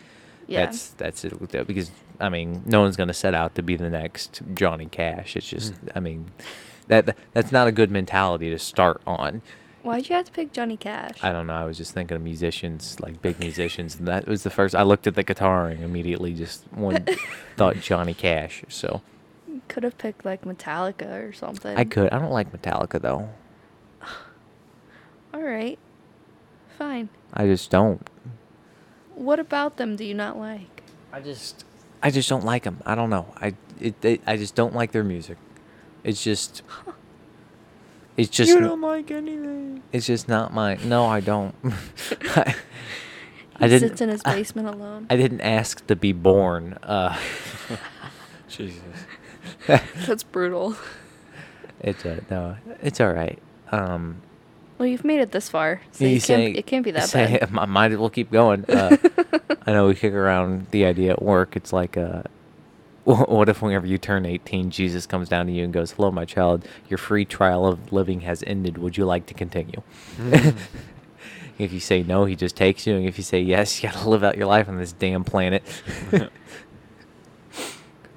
C: Yeah.
A: That's that's it with that, because I mean no one's gonna set out to be the next Johnny Cash. It's just I mean that that's not a good mentality to start on.
C: Why'd you have to pick Johnny Cash?
A: I don't know. I was just thinking of musicians, like big musicians, and that was the first. I looked at the guitar and immediately just one thought Johnny Cash. So
C: Could have picked like Metallica or something.
A: I could. I don't like Metallica though.
C: All right. Fine.
A: I just don't.
C: What about them do you not like?
A: I just I just don't like them. I don't know. I it, they I just don't like their music. It's just it's just
B: you don't like anything.
A: It's just not my. No, I don't. I,
C: He
A: I didn't.
C: sits in his
A: I-
C: basement alone.
A: I, didn't ask to be born. Uh,
B: Jesus.
C: That's brutal.
A: it's a, no. It's all right. Um,
C: Well, you've made it this far, so
A: you
C: you
A: say-
C: can't, it can't be that
A: say-
C: bad.
A: I might as well keep going. Uh, I know we kick around the idea at work. It's like uh wh- what if whenever you turn 18, Jesus comes down to you and goes, "Hello, my child. Your free trial of living has ended. Would you like to continue?"
B: Mm.
A: if you say no, he just takes you, and if you say yes, you gotta live out your life on this damn planet.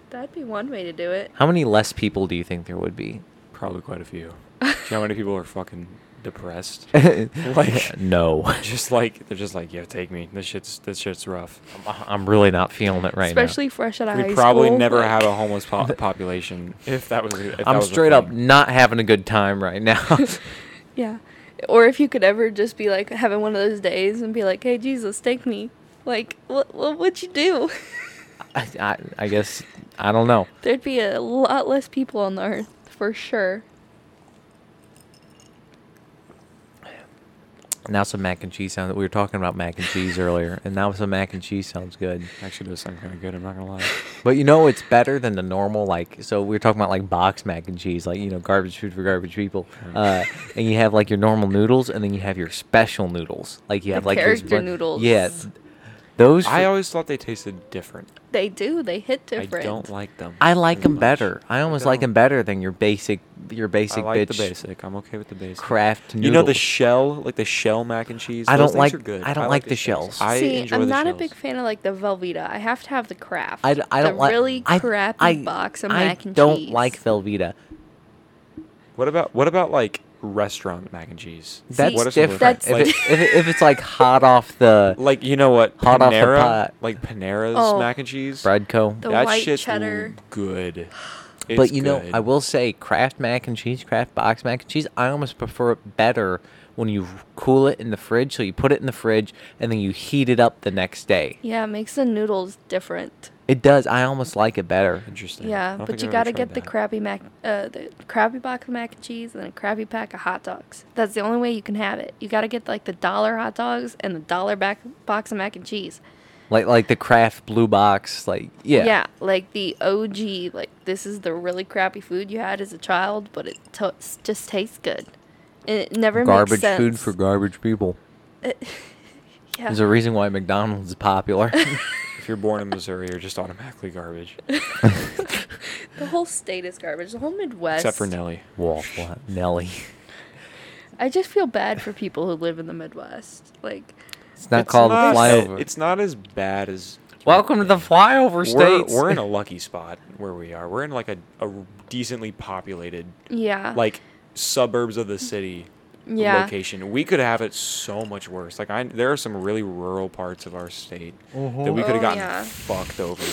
C: That'd be one way to do it.
A: How many less people do you think there would be?
B: Probably quite a few. Do you know how many people are fucking depressed?
A: like no,
B: just like they're just like, yeah, take me. This shit's this shit's rough.
A: I'm, uh, I'm really not feeling it right
C: Especially
A: now.
C: fresh out of high
B: We'd probably
C: school,
B: never
C: like-
B: have a homeless po- population if that was. If that
A: I'm
B: was a
A: straight up
B: thing.
A: not having a good time right now.
C: Yeah. Or if you could ever just be like having one of those days and be like, "Hey Jesus, take me." Like, what what would you do?
A: I, I, I guess I don't know.
C: There'd be a lot less people on the earth for sure.
A: Now some mac and cheese sounds. We were talking about mac and cheese earlier, and now some mac and cheese sounds good.
B: Actually, does sound kind of good. I'm not gonna lie.
A: But you know, it's better than the normal. Like, so we were talking about like box mac and cheese, like you know, garbage food for garbage people. Uh, and you have like your normal noodles, and then you have your special noodles. Like you
C: The
A: have like your
C: character
A: spe-
C: noodles.
A: Yeah, th- Those
B: I
A: fr-
B: always thought they tasted different.
C: They do. They hit different.
B: I don't like them.
A: I like
B: as
A: them
B: much.
A: better. I almost like
B: don't.
A: them better than your basic your basic
B: I like
A: bitch
B: the basic. I'm okay with the basic.
A: craft
B: You know the
A: noodles.
B: shell, like the shell mac and cheese.
A: I
B: Those
A: don't like-
B: things Are good.
A: I don't like the shells.
B: I
C: See,
B: enjoy
C: I'm
B: the
C: not
B: shells.
C: a big fan of like the Velveeta. I have to have the craft.
A: I, d- I don't
C: the
A: like
C: really
A: I,
C: crappy
A: I,
C: box of
A: I
C: mac and
A: don't
C: cheese.
A: like Velveeta.
B: What about what about like restaurant mac and cheese?
A: That's
B: what are some
A: different.
B: of
C: That's-
B: the-
A: if,
B: like,
A: it, if, it, if it's like hot off the
B: like you know what?
A: Hot off the
B: Panera,
A: pot.
B: like Panera's
C: Oh.
B: mac and cheese.
A: breadco,
C: The
B: that
C: white
B: shit's
A: Mm.
C: cheddar.
B: good.
A: but
B: It's
A: you know,
B: good.
A: I will say Kraft mac and cheese, Kraft box mac and cheese, I almost prefer it better when you cool it in the fridge. So you put it in the fridge and then you heat it up the next day.
C: Yeah, it makes the noodles different.
A: It does. I almost like it better.
B: Interesting. I
C: Yeah,
B: don't
C: but
B: think
C: you
B: I've ever
C: gotta
B: tried
C: get the
B: that.
C: crappy mac, uh, the crappy box of mac and cheese and a crappy pack of hot dogs. That's the only way you can have it. You gotta get like the dollar hot dogs and the dollar back box of mac and cheese.
A: Like like the Kraft blue box. Like yeah.
C: Yeah, like the OG. Like this is the really crappy food you had as a child, but it to- s- just tastes good. And it never
A: Garbage
C: makes sense.
A: food for garbage people.
C: yeah.
A: There's a reason why McDonald's is popular.
B: If you're born in Missouri, you're just automatically garbage,
C: The whole state is garbage. The whole Midwest.
B: except for Nelly.
A: Waffle Hut, Nelly.
C: I just feel bad for people who live in the Midwest. Like,
A: It's not called
B: not-
A: the flyover.
B: It's not as bad as.
A: Welcome to the flyover
B: We're,
A: states.
B: we're in a lucky spot where we are. We're in like a, a decently populated,
C: yeah.
B: like suburbs of the city
C: yeah.
B: location. We could have it so much worse. Like I, there are some really rural parts of our state that we
A: Mhm.
B: could have
C: Oh,
B: gotten
C: yeah.
B: fucked over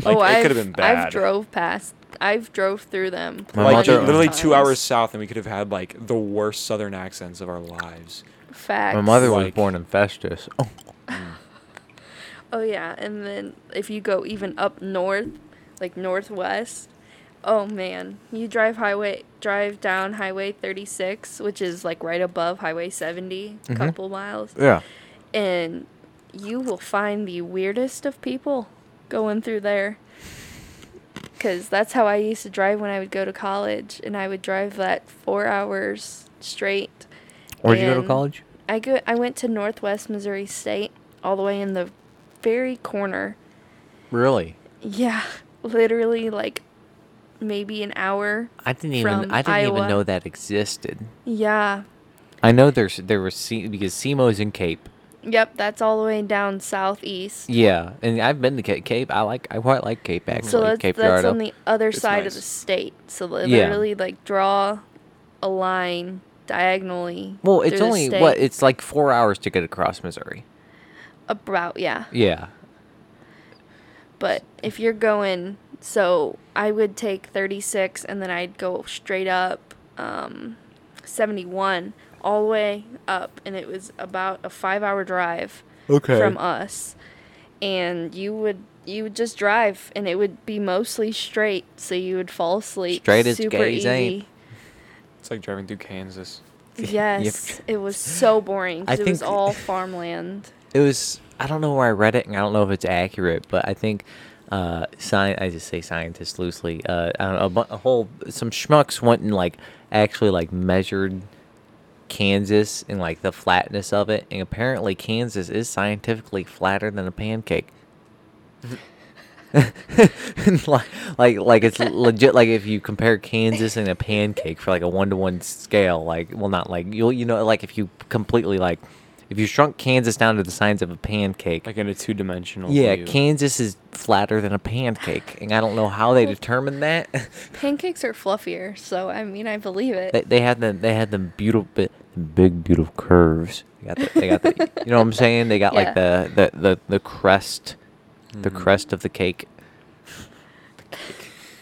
B: in. Like
C: oh,
B: it
C: I've,
B: could have been bad.
C: I've drove past. I've drove through them.
A: My
B: like
C: plenty
A: mother-
C: of
B: literally two
C: times.
B: hours south, and we could have had like the worst southern accents of our lives.
C: Facts.
A: My mother was
B: Like-
A: born in Festus. Oh,
C: Oh yeah, and then if you go even up north, like northwest, oh man, you drive highway drive down Highway 36, which is like right above Highway 70, a couple miles,
A: yeah.
C: and you will find the weirdest of people going through there. Cause that's how I used to drive when I would go to college, and I would drive that four hours straight.
A: Where'd you go to
C: And-
A: college?
C: I go. I went to Northwest Missouri State, all the way in the very corner.
A: Really?
C: Yeah, literally like maybe an hour.
A: I didn't even.
C: From
A: I didn't even
C: Iowa.
A: know that existed.
C: Yeah.
A: I know there's there was C, because SEMO's in Cape.
C: Yep, that's all the way down southeast.
A: Yeah, and I've been to Ca- Cape. I like. I quite like Cape actually.
C: So that's,
A: Cape
C: that's
A: Girardeau.
C: on the other
B: It's
C: side
B: nice.
C: of the state. So li-
A: Yeah.
C: literally, like draw a line diagonally.
A: well, it's
C: through the
A: only
C: state.
A: what it's like four hours to get across Missouri.
C: about yeah.
A: Yeah.
C: But if you're going, so I would take 36 and then I'd go straight up um, 71 all the way up, and it was about a five hour drive
A: Okay.
C: from us. And you would you would just drive, and it would be mostly straight, so you would fall asleep.
A: Straight as gays eh? ain't.
B: It's like driving through Kansas.
C: Yes, it was so boring
A: I
C: because it was
A: think-
C: all farmland.
A: it was i don't know where i read it and i don't know if it's accurate but i think uh sci- i just say scientists loosely uh I don't know, a, bu- a whole some schmucks went and like actually like measured kansas and like the flatness of it and apparently kansas is scientifically flatter than a pancake like, like like it's legit like if you compare kansas and a pancake for like a one-to-one scale like well not like you'll you know like if you completely like if you shrunk kansas down to the size of a pancake
B: Like in a two dimensional
A: yeah
B: view.
A: kansas is flatter than a pancake and i don't know how they determined that
C: Pancakes are fluffier, so I mean, I believe it.
A: they, they had them they had them beautiful bi- big beautiful curves they got the, they got the, you know what i'm saying they got like
C: Yeah.
A: the, the the the crest the
B: Mhm.
A: crest of the cake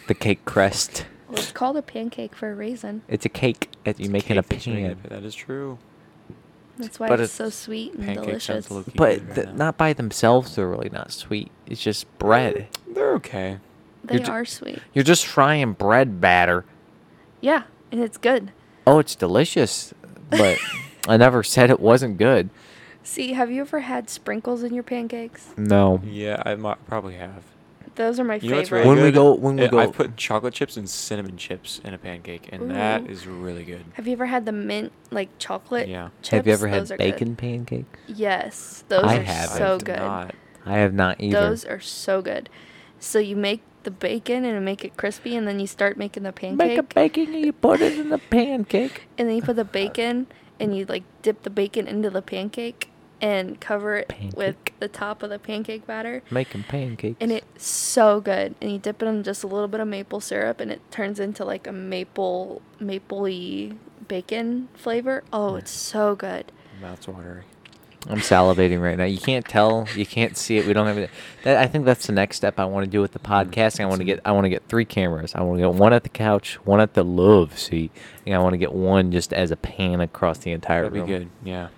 A: the cake crest
C: Well, it's called a pancake for a reason.
A: It's a cake that you
B: It's
A: make in a
B: cake that you make in
A: pan.
B: a pan. That is true.
C: That's why
A: But
C: it's,
A: it's-
C: so sweet and
B: pancake sounds
C: delicious.
B: low-key good
A: But
B: right
A: th-
B: now.
A: not by themselves, they're really not sweet. It's just bread.
B: They're okay.
C: They
A: ju-
C: are sweet.
A: You're just frying bread batter.
C: Yeah, and it's good.
A: Oh, it's delicious. But I never said it wasn't good.
C: See, have you ever had sprinkles in your pancakes?
A: No.
B: Yeah, I mo- probably have.
C: Those are my
B: You know
C: favorite.
B: what's really
A: When we
B: good?
A: go- when we
B: Uh, I
A: go-
B: put chocolate chips and cinnamon chips in a pancake, and that
C: Ooh.
B: is really good.
C: have you ever had the mint like chocolate?
B: Yeah.
C: Chips?
A: Have you ever
C: Those
A: had
C: are good.
A: bacon pancakes?
C: Yes, those
A: I
C: are
A: haven't.
C: so
B: I've
C: good.
B: not.
A: I have not either.
C: Those are so good. So you make the bacon and make it crispy, and then you start making the pancake.
A: Make a bacon and you put it in the pancake.
C: and then you put the bacon and you like dip the bacon into the pancake and cover it with
A: Pancake.
C: the top of the pancake batter.
A: Making pancakes.
C: And it's so good. And you dip it in just a little bit of maple syrup and it turns into like a maple mapley bacon flavor. Oh, it's so good.
B: Mouth's watering.
A: I'm salivating right now. You can't tell. You can't see it. We don't have it. That, I think that's the next step I want to do with the podcasting. I want to get. I want to get three cameras. I want to get one at the couch, one at the love seat, and I want to get one just as a pan across the entire
B: That'd be
A: room.
B: good. Yeah.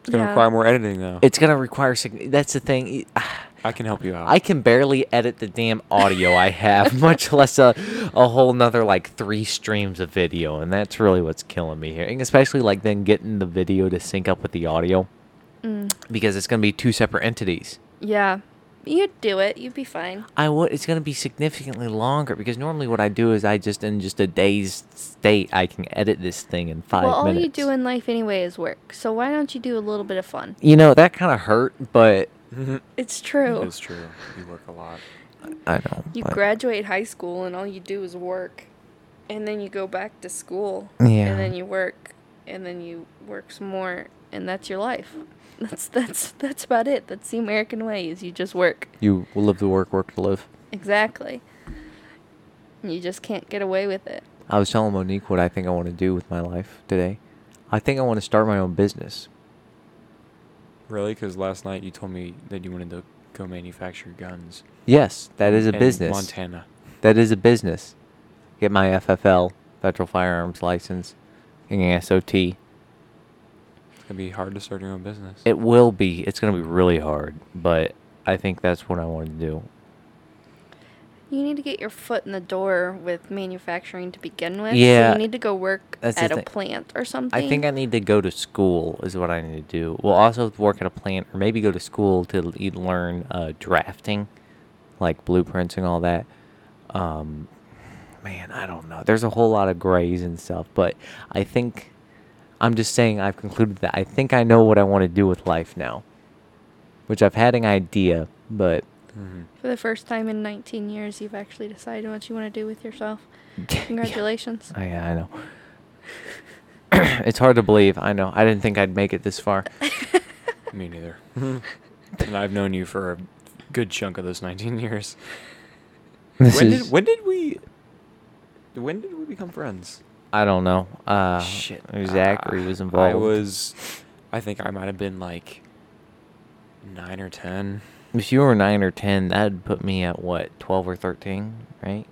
B: It's gonna
C: Yeah.
B: require more editing though.
A: It's gonna require. Sig- that's the thing. ah.
B: I can help you out.
A: I can barely edit the damn audio I have, much less a, a whole nother like three streams of video, and that's really what's killing me here. And especially like then getting the video to sync up with the audio
C: Mm.
A: because it's gonna be two separate entities.
C: Yeah. You'd do it. You'd be fine.
A: I would. It's going to be significantly longer because normally what I do is I just in just a day's state I can edit this thing in five
C: well, all
A: minutes.
C: you do in life anyway is work. So why don't you do a little bit of fun?
A: you know that kind of hurt, but
C: It's true.
B: It's true. You work a lot.
A: I know
C: You
A: but-
C: graduate high school and all you do is work. And then you go back to school.
A: Yeah.
C: And then you work and then you work some more and that's your life. That's that's that's about it. That's the American way is you just work.
A: You will live to work, work to live.
C: Exactly. You just can't get away with it.
A: I was telling Monique what I think I want to do with my life today. I think I want to start my own business.
B: Really? Because last night you told me that you wanted to go manufacture guns.
A: Yes, that is a
B: in
A: business.
B: Montana.
A: That is a business. Get my FFL, federal firearms license, and SOT.
B: It's gonna be hard to start your own business.
A: It will be. It's going to be really hard, but I think that's what I want to do.
C: You need to get your foot in the door with manufacturing to begin with.
A: Yeah.
C: So you need to go work
A: That's the
C: at a
A: thing.
C: plant or something.
A: I think I need to go to school is what I need to do. Well, also work at a plant or maybe go to school to l- e- learn uh, drafting, like blueprints and all that. Um, man, I don't know. There's a whole lot of grays and stuff, but I think I'm just saying I've concluded that I think I know what I want to do with life now, which I've had an idea, but
B: Mhm.
C: For the first time in 19 years, you've actually decided what you want to do with yourself. Congratulations.
B: Oh,
A: I, Oh, I know. it's hard to believe. I know. I didn't think I'd make it this far.
B: Me neither. and I've known you for a good chunk of those 19 years.
A: This
B: when
A: is,
B: did when did we when did we become friends?
A: I don't know. Uh,
B: Shit.
A: Zachary
B: Uh,
A: Ah, was involved.
B: I was I think I might have been like 9 or 10.
A: If you were nine or ten, that'd put me at what twelve or thirteen, right?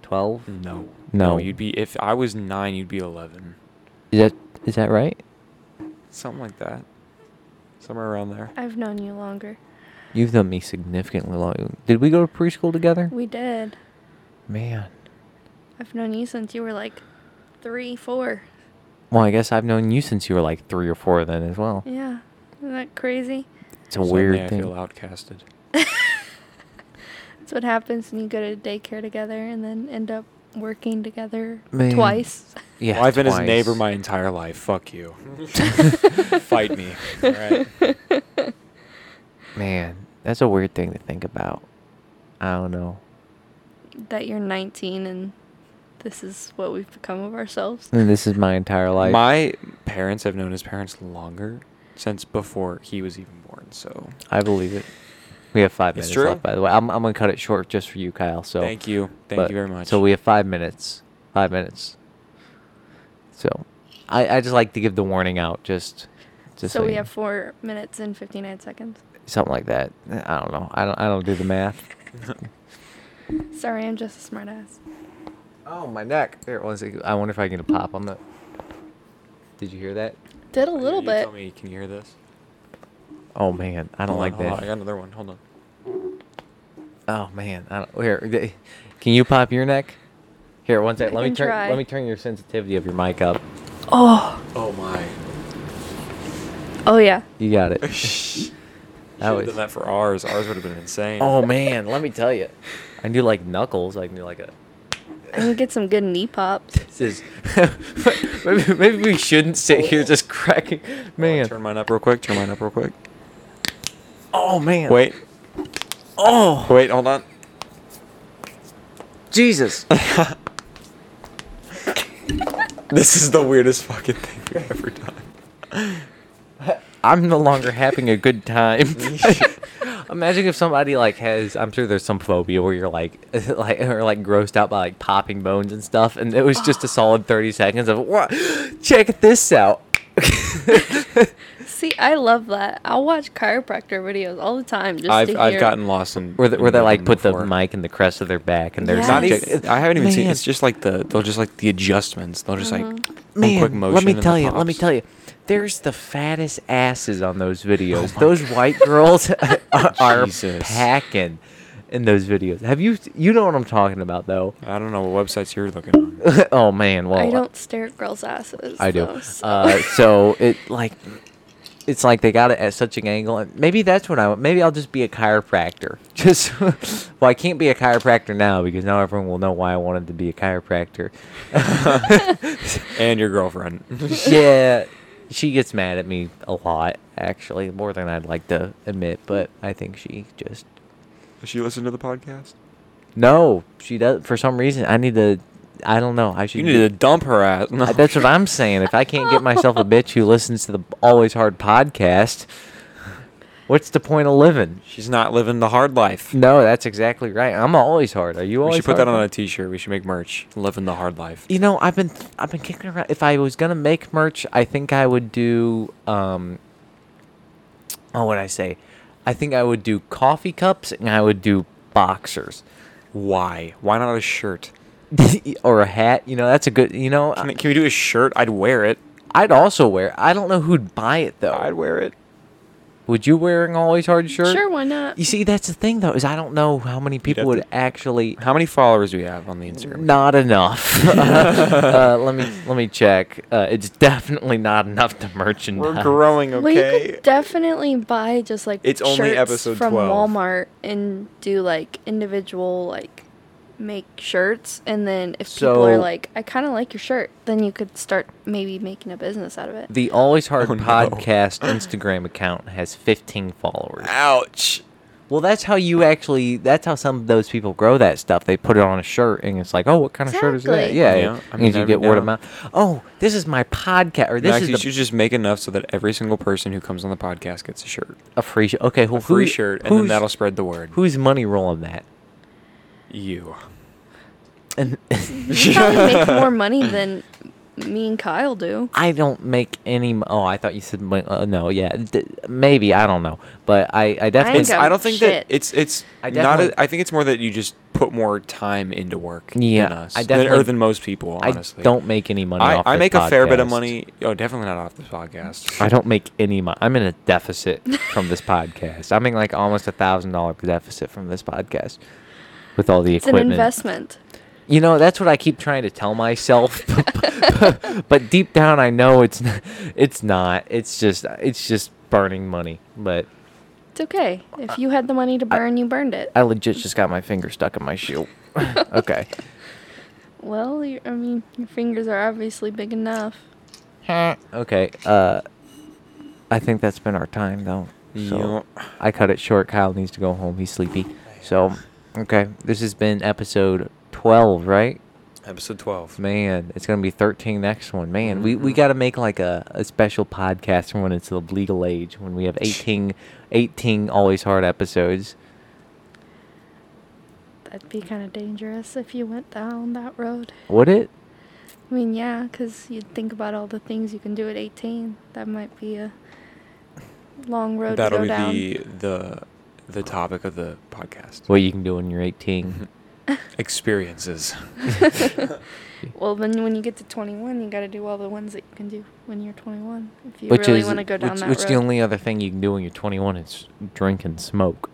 A: Twelve.
B: No.
A: No.
B: you'd be if I was 9, you'd be 11.
A: Is that is that right?
B: Something like that. Somewhere around there.
C: I've known you longer.
A: You've known me significantly long. Did we go to preschool together?
C: We did.
A: Man.
C: I've known you since you were like three, four.
A: Well, I guess I've known you since you were like three or four then as well.
C: Yeah. Isn't that crazy?
A: It's a
B: Suddenly
A: weird
B: I
A: thing.
B: feel outcasted.
C: That's what happens when you go to daycare together and then end up working together
A: Man.
C: twice.
A: Yeah.
B: well, I've been his
A: twice.
B: neighbor my entire life. Fuck you. Fight me. All right.
A: Man, that's a weird thing to think about. I don't know.
C: that you're 19 and this is what we've become of ourselves.
A: And this is my entire life.
B: My parents have known his parents longer since before he was even born. So
A: I believe it. We have five
B: It's
A: minutes
B: true.
A: left, by the way. I'm, I'm gonna cut it short just for you, Kyle. So
B: Thank you. Thank
A: but-
B: you very much.
A: So we have five minutes. Five minutes. So, I, I just like to give the warning out, just, just
C: so we
A: you-
C: have four minutes and 59 seconds.
A: something like that. I don't know. I don't I don't do the math.
C: Sorry, I'm just a smartass.
A: oh my neck! There was. I wonder if I can get a pop on that. Did you hear that?
C: Did a
B: You-
C: little
B: you
C: bit.
B: Tell me, can you hear this?
A: Oh man, I don't
B: Hold on,
A: like
B: hold on,
A: that.
B: I got another one. Hold on.
A: Oh man, I don't, here. th- Can you pop your neck? Here, one sec.
C: I
A: Let me
C: can
A: turn.
C: try.
A: Let me turn your sensitivity of your mic up.
C: Oh.
B: Oh my.
C: Oh yeah.
A: You got it.
B: That
A: was-
B: done that for ours. Ours would have been insane.
A: oh man, let me tell you. I can do like knuckles. I can do like a.
C: I can get some good knee pops.
A: This is. maybe, maybe we shouldn't sit here just cracking.
B: Hold on,
A: Man.
B: turn mine up real quick. Turn mine up real quick.
A: Oh man.
B: Wait,
A: Oh
B: wait, hold on.
A: Jesus.
B: This is the weirdest fucking thing we've ever done.
A: I'm no longer having a good time. Imagine if somebody like has I'm sure there's some phobia where you're like like or like grossed out by like popping bones and stuff and it was just a solid 30 seconds of what check this out.
C: See, I love that. I'll watch chiropractor videos all the time just
B: I've,
C: to
B: I've
C: hear-
B: gotten lost in
A: Where, they where
B: in
A: they
B: what
A: like
B: I'm
A: put the
B: before.
A: mic in the crest of their back and they're
C: Yes.
B: Not
A: subject-
B: even, I haven't even seen.
A: Man.
B: It's just like the they'll just like the adjustments. They'll just like
C: Uh-huh.
B: one
A: Man,
B: quick motion.
A: let me
B: and it
A: tell you. Let me
B: pops.
A: tell you. There's the fattest asses on those videos. those white girls are, are
B: Oh Jesus.
A: packing in those videos. Have you? You know what I'm talking about, though.
B: I don't know what websites you're looking on.
A: oh man, well,
C: I don't stare at girls' asses.
A: I do.
C: though, so-
A: Uh, so it like, it's like they got it at such an angle, and maybe that's what I. Maybe I'll just be a chiropractor. Just well, I can't be a chiropractor now because now everyone will know why I wanted to be a chiropractor.
B: and your girlfriend.
A: yeah, she gets mad at me a lot, actually, more than I'd like to admit. But I think she just
B: Does she listen to the podcast?
A: no, she does for some reason. I need to. I don't know. I should.
B: You need to dump her ass. No.
A: I- That's what I'm saying. If I can't get myself a bitch who listens to the Always Hard podcast, what's the point of living?
B: She's not living the hard life.
A: No, that's exactly right. I'm always hard. Are you
B: We
A: always?
B: should put that
A: hard?
B: on a T-shirt. We should make merch. Living the hard life.
A: You know, I've been I've been kicking around. If I was gonna make merch, I think I would do um. Oh, what I say? I think I would do coffee cups and I would do boxers,
B: Why? Why not a shirt?
A: or a hat. You know, that's a good. You know,
B: Can, can we do a shirt? I'd wear it.
A: I'd also wear. I don't know who'd buy it though.
B: I'd wear it.
A: Would you wear an always hard shirt?
C: Sure, why not?
A: You see, that's the thing though, is I don't know how many people
B: have
A: would
B: to-
A: actually.
B: How many followers do we have on the Instagram?
A: Not enough. uh, let me let me check. Uh, it's definitely not enough to merchandise.
B: We're growing,
C: Well, you
B: okay?
C: could definitely buy just like
B: It's only
C: shirts
B: episode
C: from
B: 12.
C: Walmart and do like individual like make shirts, and then if people are
A: So-
C: like, "I kind of like your shirt," then you could start maybe making a business out of it.
A: The Always Hard
B: Oh, no.
A: Podcast Instagram account has 15 followers.
B: Ouch.
A: Well, that's how you actually. That's how some of those people grow that stuff. They put it on a shirt, and it's like, oh, what kind of shirt is that?
C: Exactly.
A: Yeah,
B: Yeah, I mean,
A: and you
B: every
A: get word of
B: now-
A: mouth. Oh, this is my podcast, or this
B: Max, you
A: is
B: should
A: the,
B: just make enough so that every single person who comes on the podcast gets a shirt,
A: a free shirt. Okay, well,
B: a free
A: who-
B: shirt, and then
A: who's-
B: that'll spread the word.
A: Who's money rolling that?
B: you?
A: And
C: You probably make more money than me and Kyle do.
A: I don't make any. mo- Oh, I thought you said mo- uh, no. Yeah, d- maybe I don't know, but I I definitely.
C: ain't got
B: I don't think
C: Shit.
B: that it's it's
A: I
B: not.
A: definitely-
B: A, I think it's more that you just put more time into work.
A: Yeah,
B: than us,
A: I
B: than- or
A: definitely-
B: than most people.
A: I
B: Honestly,
A: don't make any money.
B: I,
A: off
B: I
A: this
B: make a fair bit of
A: podcast.
B: money. Oh, definitely not off this podcast.
A: I don't make any money. I'm in a deficit from this podcast. I'm in like almost a thousand dollar deficit from this podcast with all the
C: It's an
A: equipment.
C: investment.
A: You know, that's what I keep trying to tell myself, but deep down I know it's n- it's not. It's just it's just burning money. But
C: It's okay. If you had the money to burn, you burned it.
A: I legit just got my finger stuck in my shoe. okay.
C: well, you I mean, your fingers are obviously big enough.
A: Okay. Uh, I think that's been our time though. So
B: Yup.
A: I cut it short. Kyle needs to go home. He's sleepy. So, okay. This has been episode twelve, right?
B: Episode twelve.
A: Man, it's gonna be thirteen next one. Man, we, we gotta make like a, a special podcast for when it's of legal age when we have 18, 18 always hard episodes.
C: That'd be kind of dangerous if you went down that road.
A: Would it?
C: I mean, yeah, 'cause you'd think about all the things you can do at 18. That might be a long road
B: That'll
C: to go
B: be
C: down.
B: the the the topic of the podcast.
A: What you can do when you're eighteen.
B: Experiences.
C: Well, then when you get to 21, you got to do all the ones that you can do when you're 21. If you
A: which
C: really
A: is
C: want to go down
A: which,
C: that
A: which
C: road.
A: the only other thing you can do when you're twenty one is drink and smoke.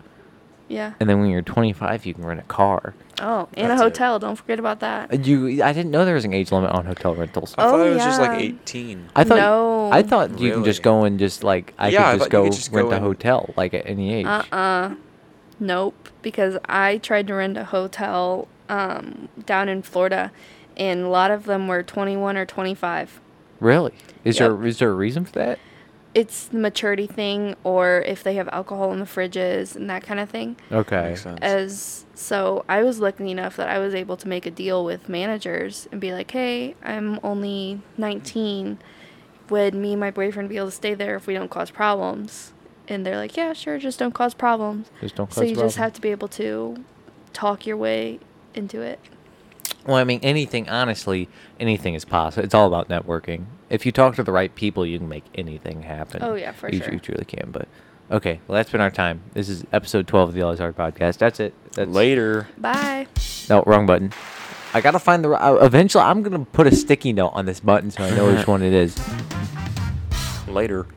C: yeah.
A: And then when you're 25, you can rent a car. Uh,
C: oh, and a
B: That's it.
C: hotel. Don't forget about that.
A: You, I didn't know there was an age limit on hotel rentals.
B: I thought
C: Oh,
B: it was just like
C: yeah.
B: eighteen.
A: I thought
C: No.
A: I thought you can just
B: Really?
A: go and just like I
B: Yeah, I
A: could
B: thought
A: just
B: you
A: go
B: could just
A: rent
B: go
A: a
B: and-
A: hotel like at any age.
C: Uh-uh. Nope, because I tried to rent a hotel um, down in Florida, and a lot of them were 21 or 25.
A: Really? Is
C: Yep.
A: there is there a reason for that?
C: it's the maturity thing or if they have alcohol in the fridges and that kind of thing.
A: Okay.
B: Makes sense.
C: As so I was lucky enough that I was able to make a deal with managers and be like, "Hey, I'm only 19. Would me and my boyfriend be able to stay there if we don't cause problems?" And they're like, "Yeah, sure, just don't cause problems."
A: Just don't
C: so
A: cause
C: you just
A: problems.
C: have to be able to talk your way into it.
A: Well, I mean, anything, honestly, anything is possible. It's all about networking. If you talk to the right people, you can make anything happen.
C: Oh, yeah, for
A: you,
C: sure.
A: You truly can. But okay, well, that's been our time. This is episode 12 of the All Is Hard podcast. That's it. That's,
B: Later.
C: Bye.
A: No, wrong button. I got to find the. Uh, eventually, I'm going to put a sticky note on this button so I know which one it is.
B: Later.